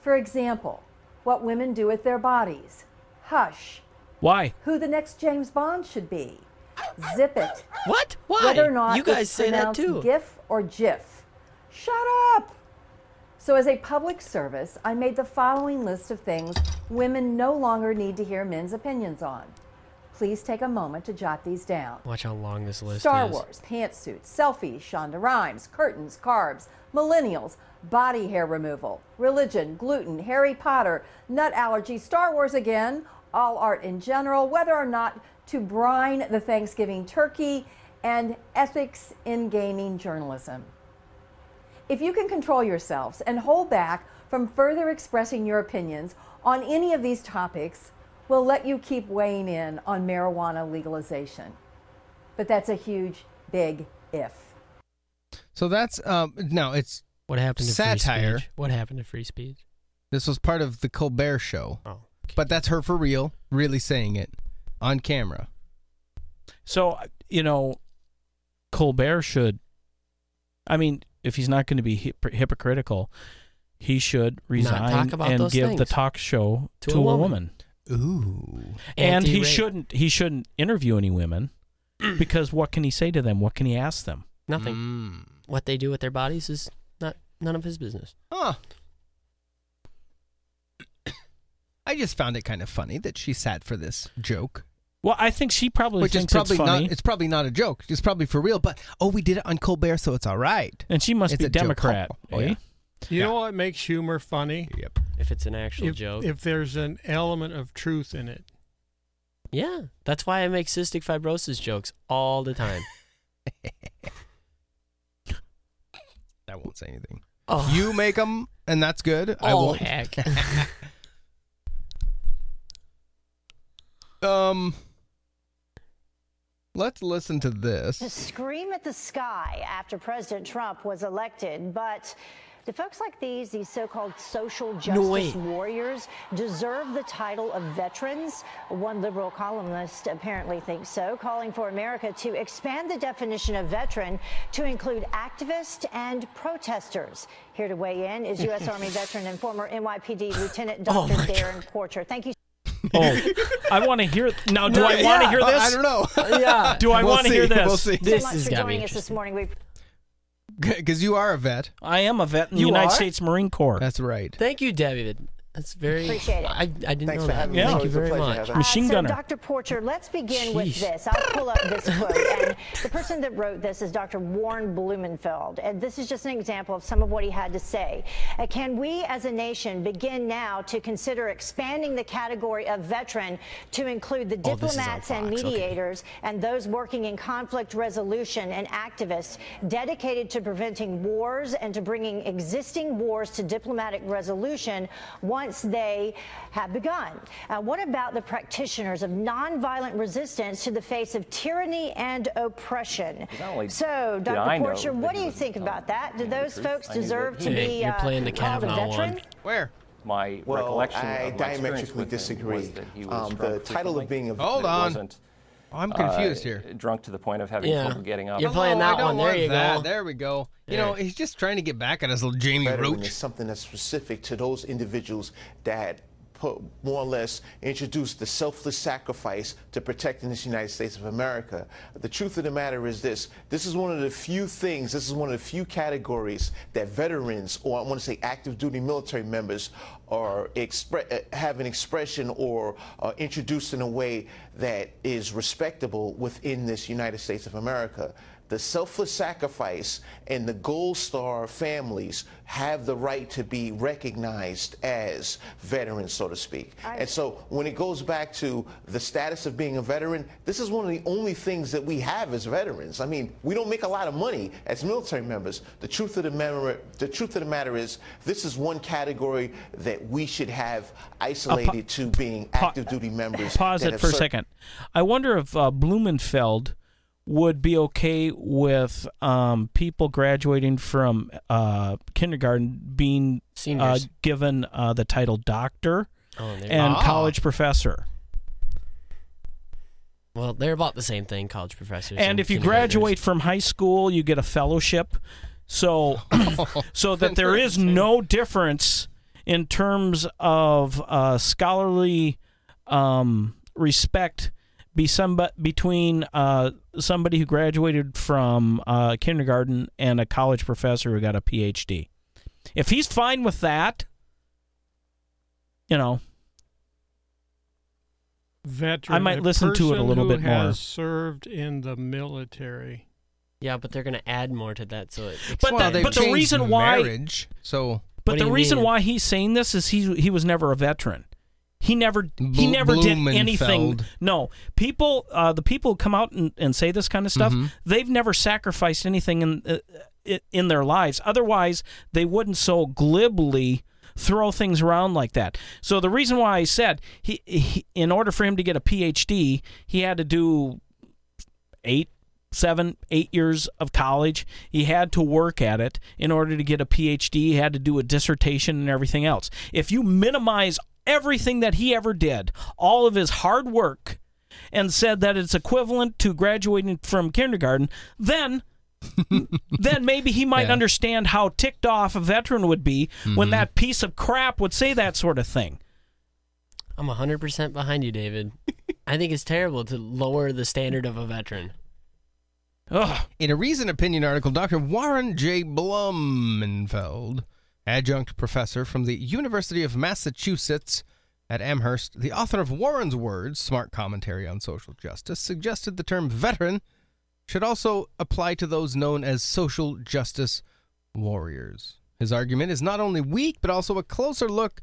S11: For example, what women do with their bodies. Hush
S3: Why?
S11: who the next James Bond should be. Zip it.
S2: What? Why?
S11: Whether or not
S2: You guys
S11: it's
S2: say that
S11: pronounced
S2: too.
S11: GIF or JIF. Shut up. So, as a public service, I made the following list of things women no longer need to hear men's opinions on. Please take a moment to jot these down.
S2: Watch how long this list
S11: Star
S2: is.
S11: Wars, pantsuits, selfies, Shonda Rhimes, curtains, carbs, millennials, body hair removal, religion, gluten, Harry Potter, nut allergy, Star Wars again, all art in general, whether or not to brine the Thanksgiving turkey, and ethics in gaming journalism. If you can control yourselves and hold back from further expressing your opinions on any of these topics, we'll let you keep weighing in on marijuana legalization. But that's a huge, big if.
S1: So that's um, now it's
S2: What happened to
S1: satire.
S2: Free speech? What happened to free speech?
S1: This was part of the Colbert Show,
S2: Oh,
S1: but that's her for real, really saying it on camera.
S3: So, you know, Colbert should, I mean, if he's not going to be hyp- hypocritical, he should resign
S2: talk about
S3: and
S2: those
S3: give the
S2: things.
S3: talk show
S2: To
S3: to,
S2: a
S3: a,
S2: woman.
S3: woman.
S1: Ooh,
S3: And he
S2: Anti-rape.
S3: shouldn't he shouldn't interview any women because what can he say to them? What can he ask them?
S2: Nothing.
S1: Mm.
S2: What they do with their bodies is not none of his business.
S1: Huh. I just found it kind of funny that she sat for this joke,
S3: Well, I think she probably
S1: which is
S3: thinks
S1: probably
S3: it's funny.
S1: not. It's probably not a joke. It's probably for real. But oh, we did it on Colbert, so it's all right.
S3: and she must
S1: it's
S3: be
S1: a joke.
S3: Democrat.
S1: Oh,
S3: eh?
S1: yeah.
S6: You
S1: Yeah.
S6: know what makes humor funny?
S1: Yep.
S2: If it's an actual
S6: If,
S2: joke.
S6: if there's an element of truth in it.
S2: yeah. That's why I make cystic fibrosis jokes all the time.
S1: I won't say anything.
S2: Oh,
S1: You make them, and that's good. I
S2: Oh,
S1: won't.
S2: heck.
S1: um, let's listen to this.
S11: Scream at the sky after President Trump was elected, but do folks like these, these so called social
S2: No way.
S11: justice warriors, deserve the title of veterans? One liberal columnist apparently thinks so, calling for America to expand the definition of veteran to include activist and protesters. Here to weigh in is U.S. Army veteran and former NYPD Lieutenant
S2: Oh,
S11: Dr.
S2: my
S11: Darren Porcher. Thank you.
S3: Oh, I want to hear. Now, do
S2: No,
S3: I want to
S2: yeah.
S3: hear
S1: Uh,
S3: this?
S1: I don't know.
S2: yeah.
S3: Do I
S1: We'll
S3: want to hear
S1: see.
S3: this?
S1: We'll see.
S2: This
S11: so much
S2: has
S11: for
S2: got me
S11: joining us this
S2: interested.
S11: morning. We
S1: Because you are a vet.
S3: I am a vet in the
S2: You
S3: United
S2: are?
S3: States Marine Corps.
S1: That's right.
S2: Thank you, David. That's very.
S12: Appreciate it.
S2: I, I didn't
S12: Thanks
S2: know
S12: for
S2: that.
S12: having me. No,
S2: Thank you
S12: it's a
S2: very
S12: pleasure,
S2: much.
S12: Heather. Uh, so Dr. Porcher, let's begin with
S2: Jeez.
S12: this. I'll pull up this quote. And the person that wrote this is Dr. Warren Blumenfeld. And this is just an example of some of what he had to say. Uh, can we as a nation begin now to consider expanding the category of veteran to include the
S13: Oh, this is on
S12: diplomats and
S13: Fox. Okay.
S12: mediators and those working in conflict resolution and activists dedicated to preventing wars and to bringing existing wars to diplomatic resolution once they have begun. Uh, what about the practitioners of nonviolent resistance to the face of tyranny and oppression?
S10: only
S12: So,
S10: did
S12: Dr.
S10: I know
S12: Porcher,
S10: that
S12: what do you think about that? Do those folks
S10: I knew
S12: deserve
S10: that.
S12: to be uh, called a veteran?
S1: Where?
S10: My
S12: Well,
S10: recollection
S12: I
S10: of my experience
S12: diametrically
S10: with disagree. Was that he was
S12: Um,
S10: drunk
S12: the title of
S10: frequently,
S12: being a-
S10: that
S1: Hold
S10: he
S1: on.
S10: wasn't,
S1: I'm confused here.
S10: Uh, Drunk to the point of having trouble getting up.
S1: Hello, I don't want that. There we go. You know, he's just trying to get back at us, little Jamie
S14: veteran
S1: Roach.
S14: is something that's specific to those individuals that put, more or less introduced the selfless sacrifice to protecting this United States of America. The truth of the matter is this this is one of the few things, this is one of the few categories that veterans, or I want to say active duty military members, are expre- uh, have an expression or are introduced in a way that is respectable within this United States of America the selfless sacrifice and the gold star families have the right to be recognized as veterans so to speak and so when it goes back to the status of being a veteran this is one of the only things that we have as veterans i mean we don't make a lot of money as military members the truth of the matter the truth of the matter is this is one category that we should have isolated to being active duty members
S3: Uh, Pause
S14: that
S3: it
S14: have
S3: for a
S14: served-
S3: second. I wonder if uh, Blumenfeld would be okay with um, people graduating from uh, kindergarten being uh,
S2: Seniors.
S3: given uh, the title doctor
S2: Oh, there-
S3: and
S2: Ah.
S3: college professor.
S2: Well, they're about the same thing, college professors.
S3: and if you
S2: kindergartners.
S3: graduate from high school, you get a fellowship. So, so that there is no difference in terms of uh, scholarly um, respect be some, between uh, somebody who graduated from uh, kindergarten and a college professor who got a PhD. If he's fine with that, you know,
S6: Veteran,
S3: I might
S6: a
S3: listen to it a
S6: person
S3: little
S6: who
S3: bit more.
S6: has served in the military.
S2: Yeah, but they're gonna add more to that, so it.
S3: But
S2: expands.
S3: the, but the reason why
S1: so
S3: but
S2: What do
S3: the
S2: you
S3: reason
S2: mean?
S3: why he's saying this is he he was never a veteran. He never he
S1: Bl-
S3: never did anything.
S1: Blumenfeld.
S3: No, people uh, the people who come out and, and say this kind of stuff,
S2: Mm-hmm.
S1: Mhm.
S3: they've never sacrificed anything in uh, i- in their lives. Otherwise, they wouldn't so glibly throw things around like that. So the reason why I said he, he in order for him to get a PhD, he had to do eight, seven, eight years of college. He had to work at it in order to get a PhD. He had to do a dissertation and everything else. If you minimize everything that he ever did, all of his hard work, and said that it's equivalent to graduating from kindergarten, then then maybe he might understand how ticked off a veteran would be when that piece of crap would say that sort of thing.
S2: I'm 100 percent behind you, David. I think it's terrible to lower the standard of a veteran.
S1: In a recent opinion article, Dr. Warren J. Blumenfeld, adjunct professor from the University of Massachusetts at Amherst, the author of Warren's Words, Smart Commentary on Social Justice, suggested the term veteran should also apply to those known as social justice warriors. His argument is not only weak, but also a closer look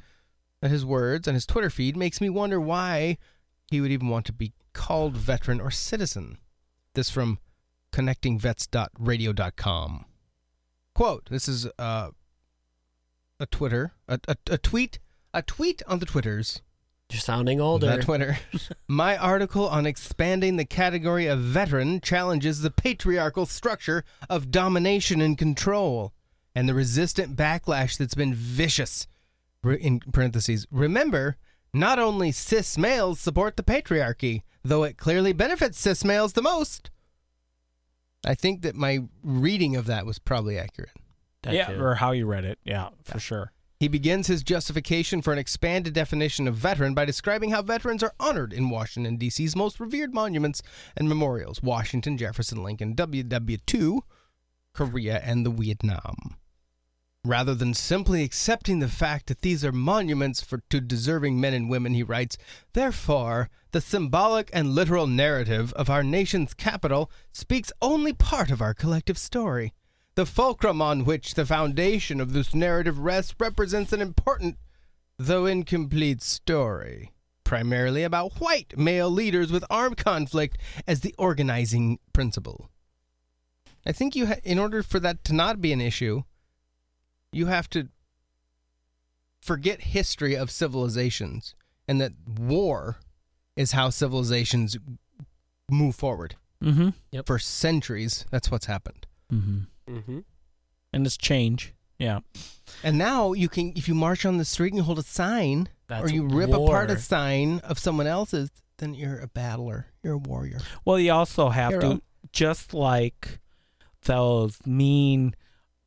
S1: at uh, his words and his Twitter feed makes me wonder why he would even want to be called veteran or citizen. This from connectingvets.radio.com. Quote, this is uh, a Twitter, a, a, a tweet, a tweet on the Twitters.
S2: You're sounding older.
S1: Not Twitter. My article on expanding the category of veteran challenges the patriarchal structure of domination and control and the resistant backlash that's been vicious. Re- In parentheses, remember, not only cis males support the patriarchy, though it clearly benefits cis males the most. I think that my reading of that was probably accurate.
S3: yeah, or how you read it. Yeah, for sure.
S1: He begins his justification for an expanded definition of veteran by describing how veterans are honored in Washington, D.C.'s most revered monuments and memorials Washington, Jefferson, Lincoln, WW2, Korea, and the Vietnam. Rather than simply accepting the fact that these are monuments for to deserving men and women, he writes, therefore, the symbolic and literal narrative of our nation's capital speaks only part of our collective story. The fulcrum on which the foundation of this narrative rests represents an important, though incomplete, story, primarily about white male leaders with armed conflict as the organizing principle. I think you, ha- in order for that to not be an issue, you have to forget history of civilizations and that war is how civilizations move forward.
S3: Mm-hmm.
S1: For centuries, that's what's happened.
S3: Mm-hmm.
S2: Mm-hmm.
S3: And it's change. Yeah.
S1: And now you can, if you march on the street and hold a sign,
S3: That's
S1: or you rip apart a
S3: war.
S1: sign of someone else's, then you're a battler. You're a warrior.
S3: Well, you also have
S1: Hero.
S3: to, just like those mean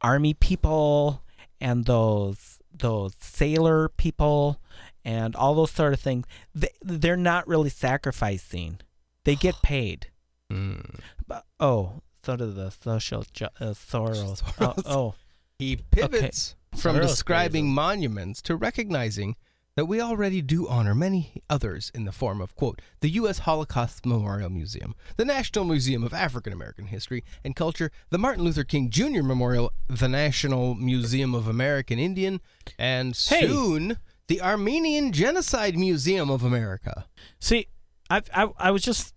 S3: army people and those those sailor people and all those sort of things. They they're not really sacrificing. They get paid.
S1: Hmm.
S3: But, oh, so do the social ju- uh, Soros. Oh, oh.
S1: He
S3: Okay.
S1: pivots from
S3: Soros
S1: describing monuments to recognizing that we already do honor many others in the form of, quote, the U.S. Holocaust Memorial Museum, the National Museum of African American History and Culture, the Martin Luther King Jr. Memorial, the National Museum of American Indian, and
S3: Hey.
S1: soon the Armenian Genocide Museum of America.
S3: See, I, I I was just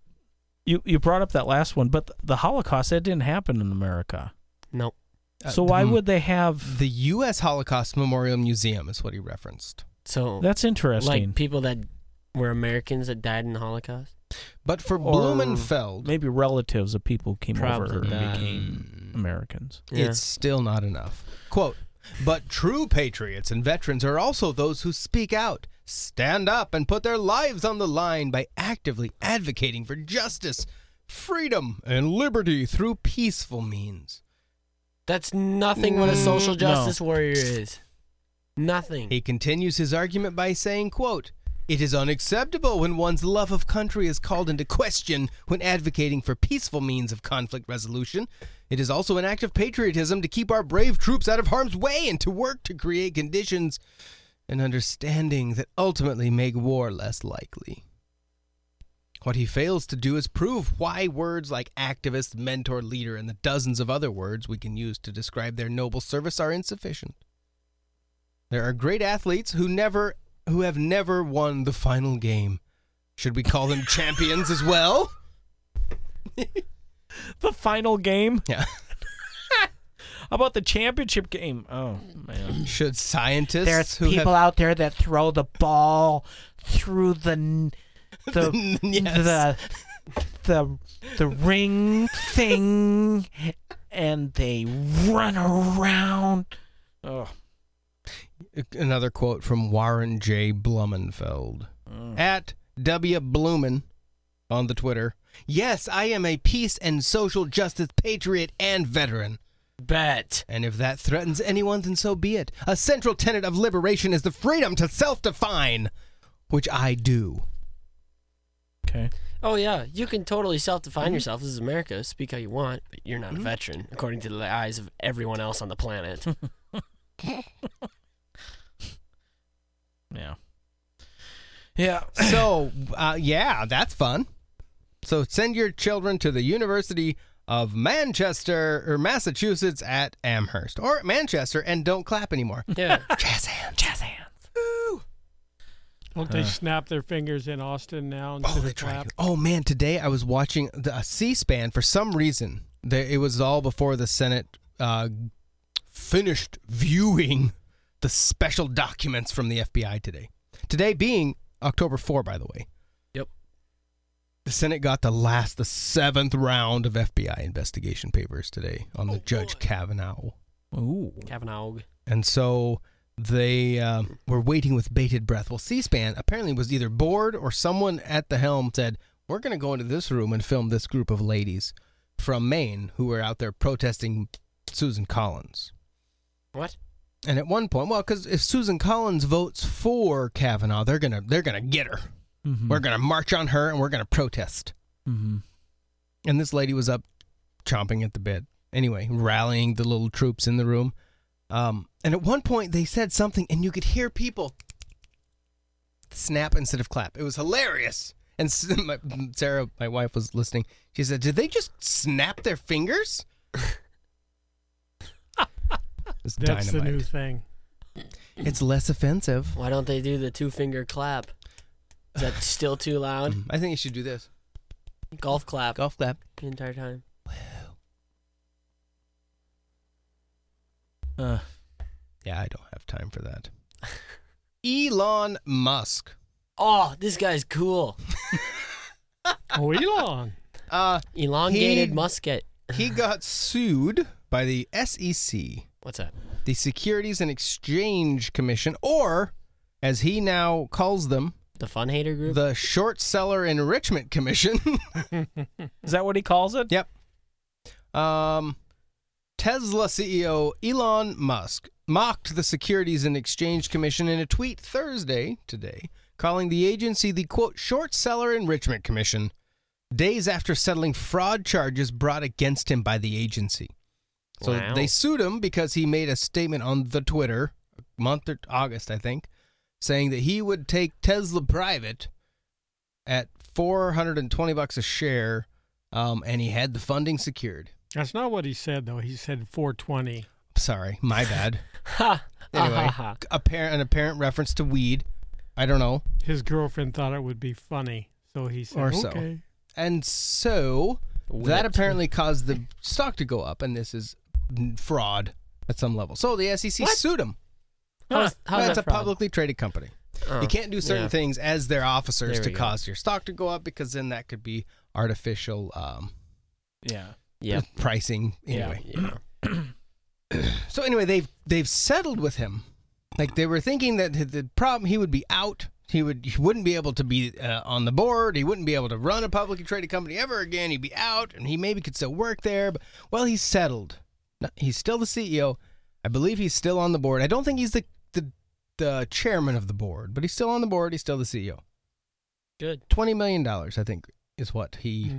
S3: you you brought up that last one, but the Holocaust that didn't happen in America.
S2: No.
S3: So why
S1: Hmm.
S3: would they have
S1: Uh, the U.S. Holocaust Memorial Museum? um, Is what he referenced.
S2: So
S3: That's interesting.
S2: Like people that were Americans that died in the Holocaust.
S1: But for
S3: Or
S1: Blumenfeld,
S3: maybe relatives of people came
S2: Probably
S3: over and
S2: not.
S3: became Americans.
S1: It's still not enough. Quote, but true patriots and veterans are also those who speak out, stand up, and put their lives on the line by actively advocating for justice, freedom, and liberty through peaceful means.
S2: That's nothing what a social
S1: Mm, no.
S2: justice warrior is. Nothing.
S1: He continues his argument by saying, quote, it is unacceptable when one's love of country is called into question when advocating for peaceful means of conflict resolution. It is also an act of patriotism to keep our brave troops out of harm's way and to work to create conditions and understanding that ultimately make war less likely. What he fails to do is prove why words like activist, mentor, leader, and the dozens of other words we can use to describe their noble service are insufficient. There are great athletes who never who have never won the final game. Should we call them champions as well?
S3: the final game?
S1: Yeah.
S3: How about the championship game? Oh man.
S1: Should scientists
S3: There's
S1: who
S3: people
S1: have,
S3: out there that throw the ball through the n- the
S1: Yes.
S3: the the the ring thing and they run around. Oh.
S1: another quote from Warren J. Blumenfeld
S3: Mm.
S1: at W. Blumen on the Twitter. Yes, I am a peace and social justice patriot and veteran.
S2: Bet.
S1: And if that threatens anyone, then so be it. A central tenet of liberation is the freedom to self define, which I do.
S3: Okay.
S2: Oh yeah, you can totally self-define
S1: Mm-hmm.
S2: yourself. This is America. Speak how you want, but you're not a veteran, according to the eyes of everyone else on the planet.
S3: Yeah.
S1: Yeah. So, uh, yeah, that's fun. So send your children to the University of Manchester or Massachusetts at Amherst or at Manchester and don't clap anymore.
S2: Yeah.
S1: Jazz hands.
S3: Jazz hands.
S6: Won't they
S1: Huh.
S6: snap their fingers in Austin now instead
S1: Oh,
S6: of
S1: they try.
S6: clap?
S1: Oh man, today I was watching the uh, C-SPAN for some reason. They, it was all before the Senate uh, finished viewing the special documents from the FBI today. Today being October 4, by the way.
S2: Yep.
S1: The Senate got the last, the seventh round of FBI investigation papers today on the Judge Kavanaugh.
S3: Ooh.
S2: Kavanaugh.
S1: And so they uh, were waiting with bated breath. Well, C SPAN apparently was either bored or someone at the helm said, We're going to go into this room and film this group of ladies from Maine who were out there protesting Susan Collins.
S2: What?
S1: And at one point, well, because if Susan Collins votes for Kavanaugh, they're gonna they're gonna get her.
S3: Mhm.
S1: We're gonna march on her and we're gonna protest.
S3: Mm-hmm.
S1: And this lady was up chomping at the bit. Anyway, rallying the little troops in the room. Um, and at one point they said something, and you could hear people snap instead of clap. It was hilarious. And s- my, Sarah, my wife, was listening. She said, "Did they just snap their fingers?" It's
S6: That's the
S1: dynamite.
S6: new thing.
S1: It's less offensive.
S2: Why don't they do the two finger clap? Is that still too loud?
S1: I think you should do this.
S2: Golf clap.
S1: Golf clap.
S2: The entire time.
S3: Uh,
S1: yeah, I don't have time for that. Elon Musk.
S2: Oh, this guy's cool.
S6: oh, Elon.
S1: Uh,
S2: Elongated
S1: he-
S2: musket.
S1: he got sued by the SEC.
S2: What's that?
S1: The Securities and Exchange Commission, or as he now calls them,
S2: the Fun Hater Group,
S1: the Short Seller Enrichment Commission.
S3: Is that what he calls it?
S1: Yep. Um, Tesla CEO Elon Musk mocked the Securities and Exchange Commission in a tweet Thursday today, calling the agency the quote short seller enrichment commission days after settling fraud charges brought against him by the agency. So
S2: Wow.
S1: they sued him because he made a statement on the Twitter a month or August, I think, saying that he would take Tesla private at 420 bucks a share um, and he had the funding secured.
S6: That's not what he said though. He said 420.
S1: Sorry, my bad.
S2: Ha.
S1: Anyway,
S6: Ahaha.
S1: apparent an apparent reference to weed. I don't know,
S6: His girlfriend thought it would be funny, so he said,
S1: or so.
S6: "Okay."
S1: And so that apparently caused the stock to go up, and this is fraud at some level. So the SEC sued him.
S2: How's- how's
S1: That's
S2: that
S1: a
S2: fraud?
S1: publicly traded company.
S2: Oh,
S1: you can't do certain
S2: yeah.
S1: things as their officers
S2: There
S1: to
S2: we go.
S1: cause your stock to go up because then that could be artificial um,
S3: Yeah.
S2: Yeah.
S1: pricing
S3: Yeah.
S1: anyway. so anyway, they've they've settled with him. Like they were thinking that the- the problem he would be out. He would he wouldn't be able to be uh, on the board. He wouldn't be able to run a publicly traded company ever again. He'd be out, and he maybe could still work there. But well, he's settled. No, He's still the CEO. I believe he's still on the board. I don't think he's the the the chairman of the board, but he's still on the board. He's still the E CEO.
S2: Good. Mm-hmm.
S1: Twenty million dollars, I think, is what he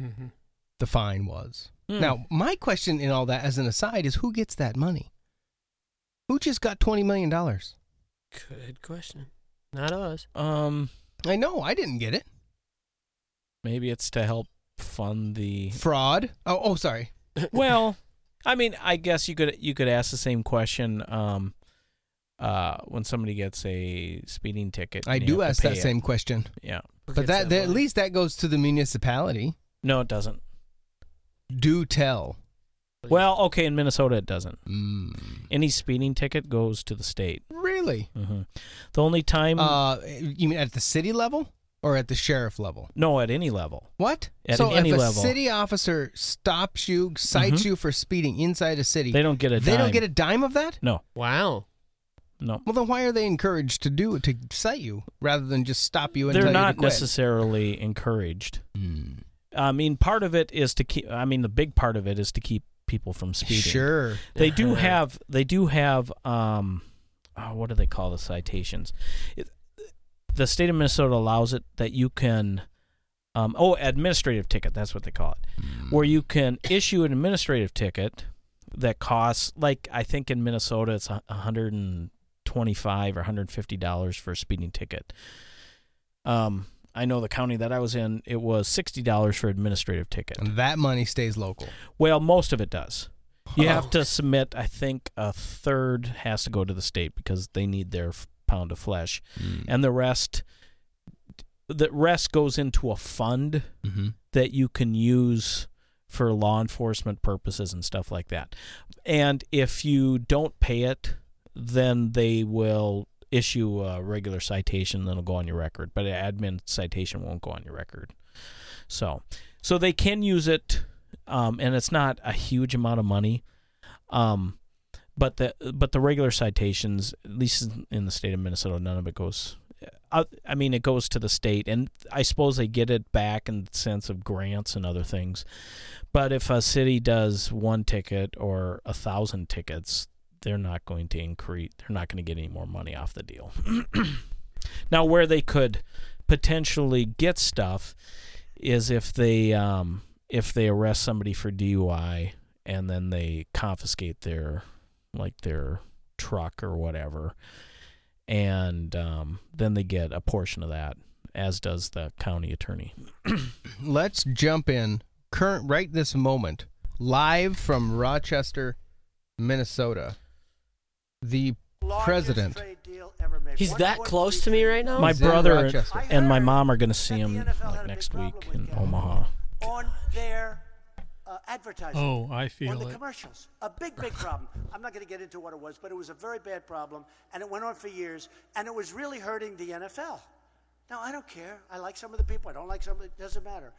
S1: the fine was.
S2: Hmm.
S1: Now, my question in all that, as an aside, is who gets that money? Who just got twenty million dollars?
S2: Good question. Not us.
S3: Um,
S1: I know I didn't get it.
S3: maybe it's to help fund the.
S1: Fraud. Oh, oh, sorry.
S3: well, I mean, I guess you could you could ask the same question. Um, uh, when somebody gets a speeding ticket,
S1: I
S3: and you
S1: do
S3: have to
S1: ask that
S3: pay it.
S1: same question.
S3: Yeah.
S2: Who
S1: But
S2: gets
S1: that,
S2: that
S1: that at
S2: money?
S1: least that goes to the municipality.
S3: No, it doesn't.
S1: Do tell.
S3: Well, okay, in Minnesota it doesn't.
S1: Mm.
S3: Any speeding ticket goes to the state.
S1: Really?
S3: hmm The only time,
S1: Uh, you mean at the city level or at the sheriff level?
S3: no, at any level.
S1: What?
S3: At
S1: so
S3: any
S1: if a
S3: level. Mm-hmm.
S1: city officer stops you, cites you for speeding inside a city,
S3: They don't get a
S1: They don't
S3: dime.
S1: get a dime of that.
S3: No,
S2: Wow.
S3: no.
S1: Well, then why are they encouraged to do to cite you rather than just stop you and
S3: They're
S1: tell you
S3: not
S1: to quit?
S3: necessarily encouraged.
S1: Mm.
S3: I mean, part of it is to keep. I mean, the big part of it is to keep people from speeding.
S1: Sure.
S3: They do have. They do have. Um, oh, what do they call the citations? It, the state of Minnesota allows it that you can. Um, oh, administrative ticket. That's what they call it,
S1: Hmm.
S3: where you can issue an administrative ticket that costs, like I think in Minnesota, it's a hundred and twenty-five or hundred fifty dollars for a speeding ticket. Um, I know the county that I was in, it was sixty dollars for administrative ticket.
S1: And that money stays local.
S3: Well, most of it does. You
S2: Oh.
S3: have to submit. I think a third has to go to the state because they need their f- pound of flesh, and the rest, the rest goes into a fund
S1: Mhm.
S3: that you can use for law enforcement purposes and stuff like that. And if you don't pay it, then they will issue a regular citation that'll go on your record, but an admin citation won't go on your record. So, so they can use it, um, and it's not a huge amount of money. Um, but the but the regular citations, at least in the state of Minnesota, none of it goes. I, I mean, it goes to the state, and I suppose they get it back in the sense of grants and other things. But if a city does one ticket or a thousand tickets, they're not going to increase. They're not going to get any more money off the deal. Now, where they could potentially get stuff is if they um, if they arrest somebody for DUI and then they confiscate their like their truck or whatever. And um, then they get a portion of that, as does the county attorney.
S1: Let's jump in current right this moment, live from Rochester, Minnesota. The president.
S2: He's that close to me right now.
S3: My brother and my mom are going to see him like next week in Omaha.
S13: on their uh, advertising.
S6: Oh, I feel
S13: on the
S6: it.
S13: commercials. A big, big problem. I'm not going to get into what it was, but it was a very bad problem, and it went on for years, and it was really hurting the NFL. Now I don't care. I like some of the people. I don't like some. Of the, it doesn't matter.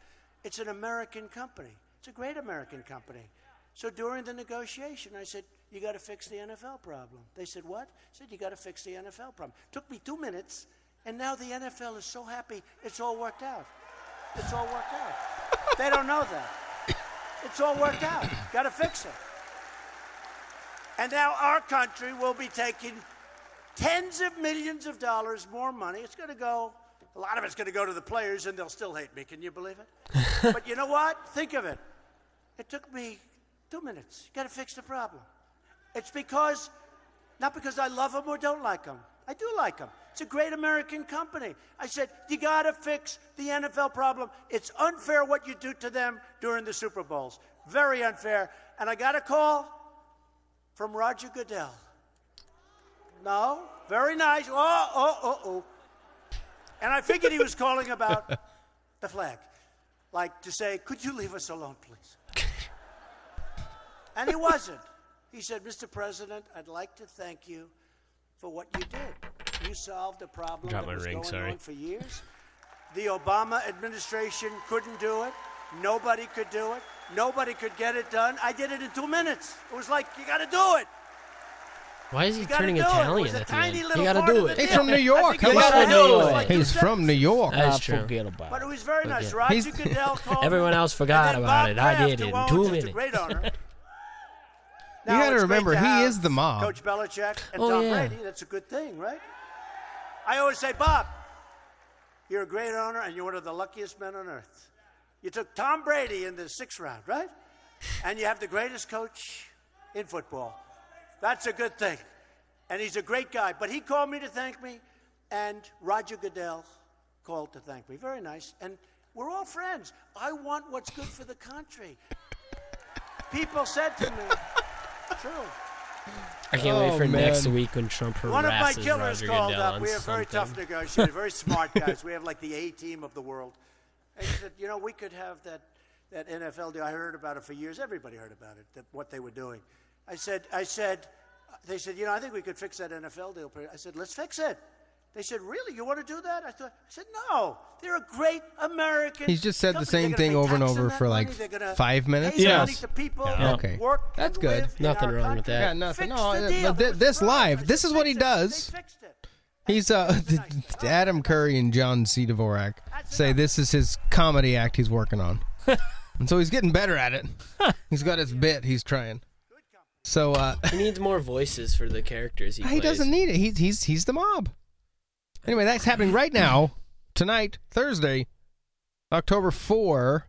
S13: It's an American company. It's a great American company. So during the negotiation, I said, "You got to fix the NFL problem." They said, "What?" I said, "You got to fix the NFL problem." Took me two minutes, and now the NFL is so happy. It's all worked out. It's all worked out. they don't know that. It's all worked out. Got to fix it. And now our country will be taking tens of millions of dollars more money. It's going to go, a lot of it's going to go to the players, and they'll still hate me. Can you believe it? but you know what? Think of it. It took me two minutes. Got to fix the problem. It's because, not because I love them or don't like them. I do like them. It's a great American company. I said, you got to fix the NFL problem. It's unfair what you do to them during the Super Bowls. Very unfair. And I got a call from Roger Goodell. No, very nice. Oh, oh, oh, oh. And I figured he was calling about the flag, like to say, could you leave us alone, please? And he wasn't. He said, Mr. President, I'd like to thank you for what you did. You solved a problem
S3: Got
S13: that
S3: my
S13: was
S3: ring,
S13: going
S3: sorry.
S13: on for years. The Obama administration couldn't do it. Nobody could do it. Nobody could get it done. I did it in two minutes. It was like, you got to do it.
S2: Why is he
S13: You gotta
S2: turning
S13: do it. It
S2: Italian at
S13: was a
S2: the
S13: tiny
S2: end? You
S13: little
S2: gotta
S13: part
S2: do
S13: of
S2: it.
S13: the
S1: He's from New York.
S2: I think it's
S1: Hello.
S2: from New York. Like
S1: He's
S2: you
S1: from New York.
S2: That's true. Forget
S3: about
S13: But it was very nice. Roger
S2: He's-
S13: Goodell called me.
S2: Everyone else forgot about it. I did it in two
S13: It's a
S2: minutes.
S13: great honor.
S1: You got to remember, he is the mob.
S13: Coach Belichick and
S1: Oh,
S13: Tom
S1: yeah.
S13: Brady. That's a good thing, right? I always say, Bob, you're a great honor and you're one of the luckiest men on earth. You took Tom Brady in the sixth round, right? And you have the greatest coach in football. That's a good thing. And he's a great guy. But he called me to thank me, and Roger Goodell called to thank me. Very nice. And we're all friends. I want what's good for the country. People said to me, true.
S2: I can't
S13: Oh,
S2: wait for next
S13: man.
S2: week when Trump harasses
S13: One of my killers
S2: Roger
S13: called
S2: Goodell
S13: up.
S2: on
S13: We are very tough
S2: something.
S13: negotiators, very smart guys. We have like the A team of the world. And he said, you know, we could have that, that NFL deal. I heard about it for years. Everybody heard about it, that, what they were doing. I said, I said, they said, you know, I think we could fix that NFL deal. I said, let's fix it. They said, really? You want to do that? I thought, I said, no. They're a great American.
S1: He's just said the
S13: company.
S1: same
S13: They're gonna
S1: thing
S13: pay
S1: over and
S13: tax on
S1: over
S13: that
S1: for,
S13: money.
S1: like,
S13: They're gonna
S1: five
S13: pay
S1: minutes?
S13: the money
S1: Yes.
S13: to people
S1: Yeah.
S13: that
S1: Okay.
S13: work and
S1: That's good.
S13: live in
S2: Nothing
S13: our
S2: wrong with
S13: country.
S2: that.
S1: Yeah, nothing.
S13: Fix
S1: No,
S13: the
S1: uh,
S13: deal.
S1: but thi- this live, this is what he does. He's uh, Adam Curry and John C. Dvorak say this is his comedy act he's working on, and so he's getting better at it. He's got his bit. He's trying. So uh,
S2: He needs more voices for the characters he
S1: he doesn't need it. He's he's he's the mob. Anyway, that's happening right now, tonight, Thursday, October four,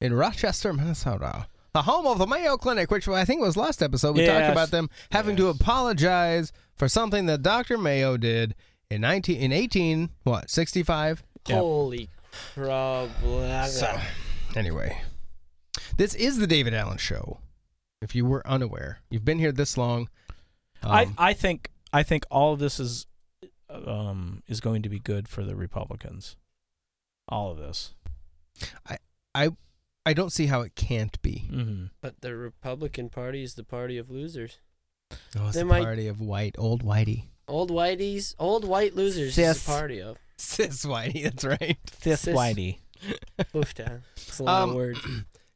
S1: in Rochester, Minnesota, the home of the Mayo Clinic, which I think was last episode. We
S3: Yes.
S1: talked about them having to apologize for something that Doctor Mayo did in nineteen in eighteen what sixty five.
S2: Holy crap.
S1: So, anyway, this is the David Allen Show. If you were unaware, you've been here this long. Um,
S3: I, I think I think all of this is um, is going to be good for the Republicans. All of this.
S1: I I I don't see how it can't be.
S3: Mm-hmm.
S2: But the Republican Party is the party of losers.
S1: Oh, it's
S2: They
S1: the
S2: might-
S1: party of white, old whitey.
S2: Old whiteys, old white losers is
S1: Cis.
S2: the party of.
S1: Cis whitey, that's right.
S3: Cis whitey.
S2: Oof, damn. It's a lot
S1: Um,
S2: of words.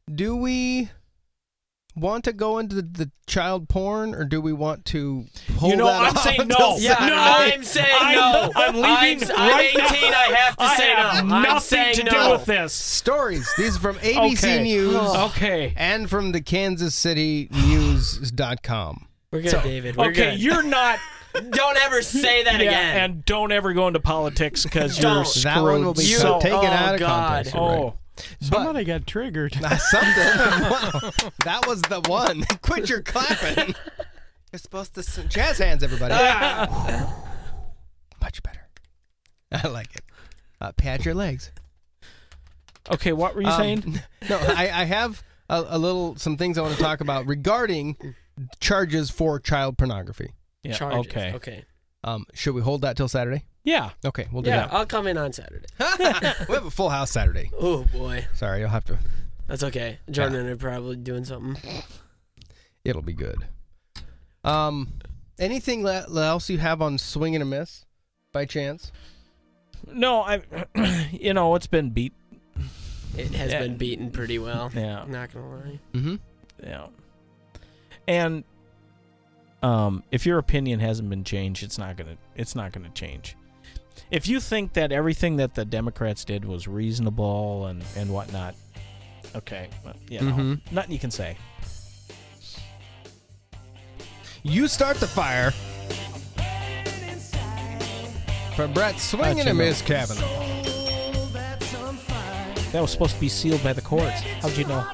S1: Do we want to go into the, the child porn, or do we want to hold
S3: You know,
S1: that
S3: I'm
S1: off
S3: saying
S1: until
S3: no.
S1: Saturday?
S3: No, I'm saying I'm- no. I'm leaving
S2: I'm, I'm
S3: right
S2: 18.
S3: now.
S2: I have to
S3: I
S2: say
S3: have
S2: no. I'm
S3: nothing
S2: saying
S3: to do
S2: no.
S3: with this.
S1: Stories. These are from ABC
S3: Okay.
S1: News.
S3: Okay.
S1: And from the Kansas City News.com.
S2: We're good, David. We're
S3: Okay,
S2: good.
S3: you're not.
S2: Don't ever say that
S3: Yeah,
S2: again.
S3: And don't ever go into politics because you're
S2: Don't.
S3: screwed.
S1: That one will be
S3: so,
S1: taken
S3: oh,
S1: out of
S3: God.
S1: context. you're right.
S3: Oh,
S6: Somebody got triggered.
S1: Something. wow. That was the one. Quit your clapping. It's supposed to sing. jazz hands, everybody. Much better. I like it. Uh, pat your legs. Um,
S3: Okay, what were you saying?
S1: No, I, I have a, a little some things I want to talk about regarding charges for child pornography.
S3: Yeah, Charges, okay. okay.
S1: Um, should we hold that till Saturday?
S3: Yeah.
S1: Okay, we'll do
S2: yeah,
S1: that.
S2: I'll come in on Saturday.
S1: we have a full house Saturday.
S2: Oh boy,
S1: Sorry, you'll have to.
S2: that's okay. Jordan and I are probably doing something.
S1: It'll be good. Um, anything le- else you have on swing and a miss, by chance?
S3: No, I. you know, it's been beat.
S2: It has
S3: Yeah.
S2: been beaten pretty well.
S3: Yeah.
S2: I'm not gonna lie.
S1: Mm-hmm.
S3: Yeah. And um, if your opinion hasn't been changed, it's not gonna it's not gonna change. If you think that everything that the Democrats did was reasonable and and whatnot, okay, well, you know,
S1: Mhm.
S3: nothing you can say.
S1: You start the fire. For Brett swing and a miss, Kavanaugh.
S3: That was supposed to be sealed by the courts. How'd you know?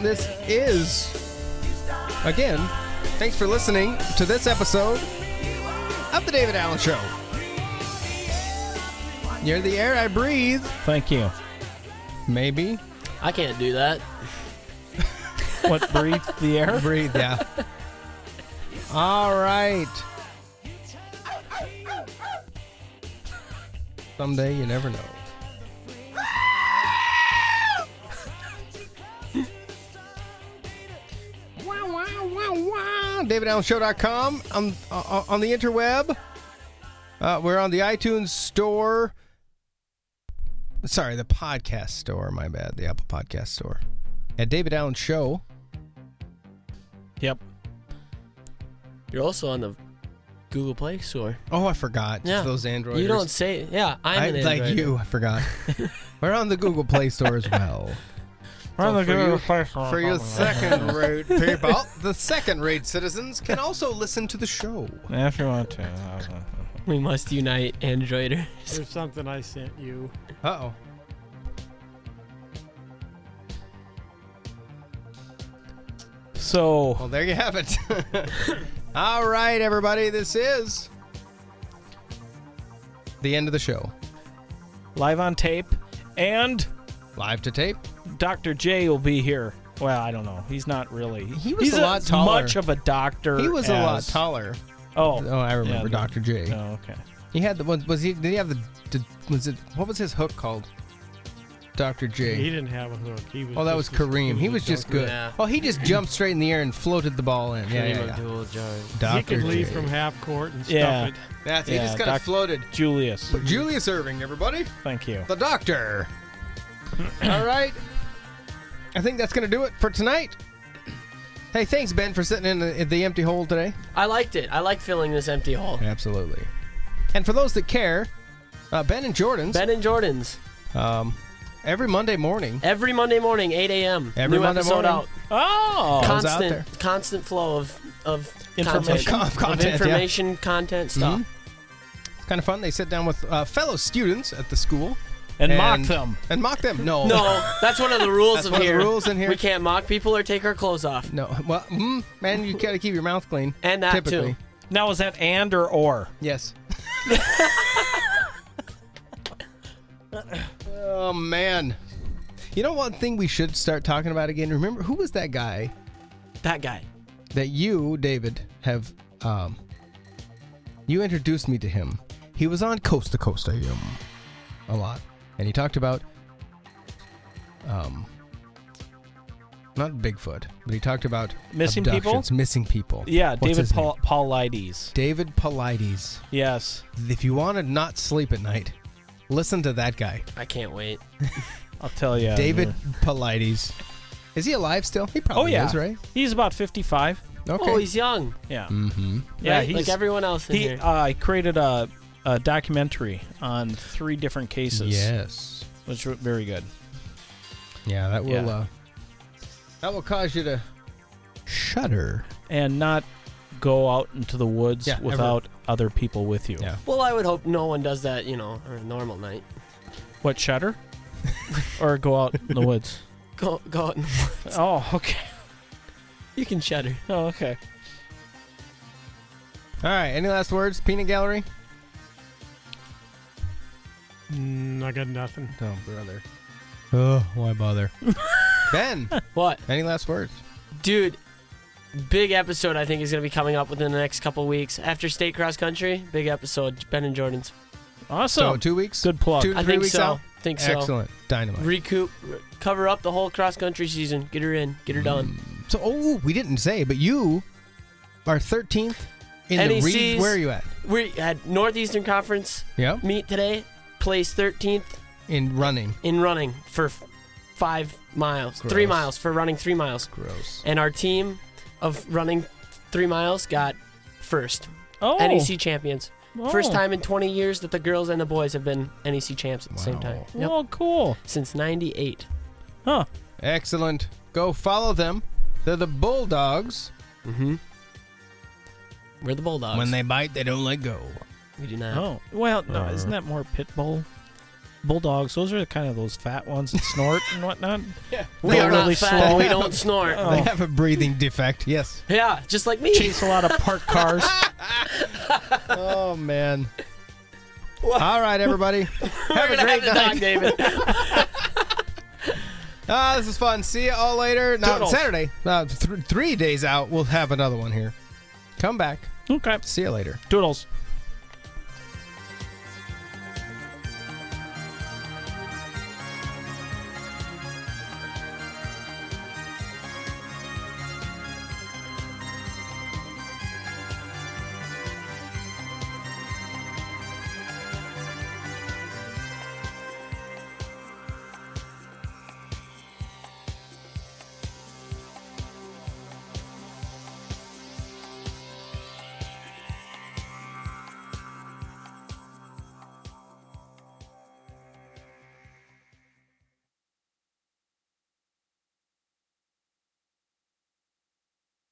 S1: This is, again, thanks for listening to this episode of The David Allen Show. You're the air I breathe.
S3: Thank you.
S1: Maybe.
S2: I can't do that.
S3: What breathe the air?
S1: Breathe, yeah. All right. Someday you never know. wow, wow, wow, wow. DavidAllenShow.com on, uh, on the interweb. Uh, we're on the iTunes store. Sorry, the podcast store. My bad. The Apple Podcast store. At David Allen Show.
S3: Yep.
S2: You're also on the Google Play Store.
S1: Oh, I forgot. Just those Androids.
S2: You don't say. Yeah, I'm
S1: I,
S2: an
S1: like
S2: Androider.
S1: you. I forgot. We're on the Google Play Store as well.
S3: We're on the
S1: for
S3: Google
S1: you-
S3: Play Store,
S1: For you
S3: probably.
S1: second rate people, the second rate citizens can also listen to the show.
S3: If you want to.
S2: We must unite Androiders.
S6: There's something I sent you.
S1: Uh oh.
S3: So.
S1: Well, there you have it. All right, everybody. This is the end of the show.
S3: Live on tape and
S1: live to tape.
S3: Dr. J will be here. Well, I don't know. He's not really. He
S1: was
S3: He's
S1: a lot
S3: as
S1: taller.
S3: Much of a doctor.
S1: He was a lot
S3: as-
S1: taller.
S3: Oh,
S1: Oh, I remember
S3: yeah,
S1: Dr. J.
S3: Oh, okay.
S1: He had the one. Was he? Did he have the? Did, was it? What was his hook called? Dr. J.
S6: He didn't have a hook. He was
S1: Oh, that was
S6: just as
S1: Kareem.
S6: good
S1: He
S6: as
S1: was just
S6: Dr.
S1: good.
S6: Yeah.
S1: Oh, he just jumped straight in the air and floated the ball in. Yeah, yeah,
S6: Kareem
S1: yeah.
S2: Abdul-Jabbar.
S1: Dr.
S6: He could lead
S1: J.
S6: from half court and stuff
S1: Yeah.
S6: it.
S1: That's- he just kinda
S3: Doc-
S1: floated.
S3: Julius.
S1: Julius Irving, everybody.
S3: Thank you.
S1: The doctor. All right. I think that's going to do it for tonight. Hey, thanks, Ben, for sitting in the, in the empty hole today.
S2: I liked it. I like filling this empty hole.
S1: Absolutely. And for those that care, uh, Ben and Jordan's.
S2: Ben and Jordan's.
S1: Um, every Monday morning.
S2: Every Monday morning, 8 a.m.
S1: Every
S2: new
S1: Monday
S2: episode
S1: morning.
S2: out.
S3: Oh,
S1: Comes out
S2: constant,
S1: there.
S2: constant flow of of
S1: Information.
S2: content,
S1: Of content, yeah.
S2: information, content stuff.
S1: Mhm. It's kind of fun. They sit down with uh, fellow students at the school
S3: And mock them.
S1: And mock them. No.
S2: No, that's one of the rules
S1: That's
S2: of
S1: one of the
S2: here.
S1: rules in here.
S2: We can't mock people or take our clothes off.
S1: No. Well, mm, man, you gotta keep your mouth clean.
S2: And that
S1: typically.
S2: too.
S3: Now is that and or or?
S1: Yes. oh man. You know one thing we should start talking about again? Remember who was that guy
S2: That guy.
S1: that you, David, have um you introduced me to him. He was on Coast to Coast AM a lot. And he talked about um not Bigfoot, but he talked about
S3: Missing people?
S1: abductions, missing people.
S3: Yeah,
S1: What's
S3: David
S1: his name?
S3: Paul Paulides.
S1: David Polides.
S3: Yes.
S1: If you want to not sleep at night, listen to that guy.
S2: I can't wait.
S3: I'll tell you.
S1: David Polides. Is he alive still? He
S3: Oh
S1: probably
S3: yeah.
S1: is, right?
S3: He's about 55.
S1: Okay.
S2: Oh, he's young.
S3: Yeah.
S1: Mm-hmm.
S3: Yeah,
S2: Right? Like
S3: he's,
S2: everyone else in
S3: he,
S2: here.
S3: Uh, he created a, a documentary on three different cases.
S1: Yes.
S3: Which were very good.
S1: Yeah, that will
S3: Yeah.
S1: uh that will cause you to shudder.
S3: And not go out into the woods
S2: Yeah, ever.
S3: without other people with you.
S1: Yeah.
S2: Well, I would hope no one does that, you know, on a normal night.
S3: What, shutter? or go out in the woods?
S2: Go, go out and
S3: Oh, okay.
S2: You can shudder.
S3: Oh, okay.
S1: All right. Any last words, Peanut Gallery?
S6: Mm, I got nothing.
S1: No, brother. Oh, why bother? ben,
S2: what?
S1: Any last words?
S2: Dude, big episode I think is going to be coming up within the next couple weeks. After state cross country, big episode. Ben and Jordan's.
S3: Awesome.
S1: So two weeks.
S3: Good plug.
S1: Two to
S2: I
S1: three
S2: think
S1: weeks
S2: so.
S1: out.
S2: Think so.
S1: Excellent. Dynamite.
S2: Recoup, r- cover up the whole cross country season. Get her in. Get her done.
S1: So, oh, we didn't say, but you are 13th in
S3: E
S1: the
S2: NECs,
S1: region. Where are you at?
S2: We had Northeastern Conference
S1: Yeah.
S2: meet today. Placed 13th
S1: In running.
S2: in running for f- five miles, three
S1: Gross.
S2: miles for running three miles.
S1: Gross.
S2: And our team of running three miles got first.
S3: Oh.
S2: NEC champions. First
S3: Oh.
S2: time in 20 years that the girls and the boys have been NEC champs at the same time. Yep.
S3: Oh, cool.
S2: Since 98.
S3: Huh.
S1: Excellent. Go follow them. They're the Bulldogs.
S2: Mm-hmm. We're the Bulldogs.
S1: When they bite, they don't let go.
S2: We do not.
S3: Oh, well, no,
S2: Uh-huh.
S3: isn't that more pit bull? Bulldogs, those are kind of those fat ones that snort and whatnot. yeah.
S2: They are not fat. We don't snort.
S3: Oh.
S1: They have a breathing defect. Yes.
S2: Yeah, just like me.
S3: Chase a lot of parked cars.
S1: oh man. All right, everybody. have a
S2: gonna have
S1: great
S2: to
S1: night,
S2: dog, David.
S1: Ah, this is fun. See you all later. Now
S2: Toodles.
S1: Saturday, uh, th- three days out, we'll have another one here. Come back.
S3: Okay.
S1: See you later.
S3: Doodles.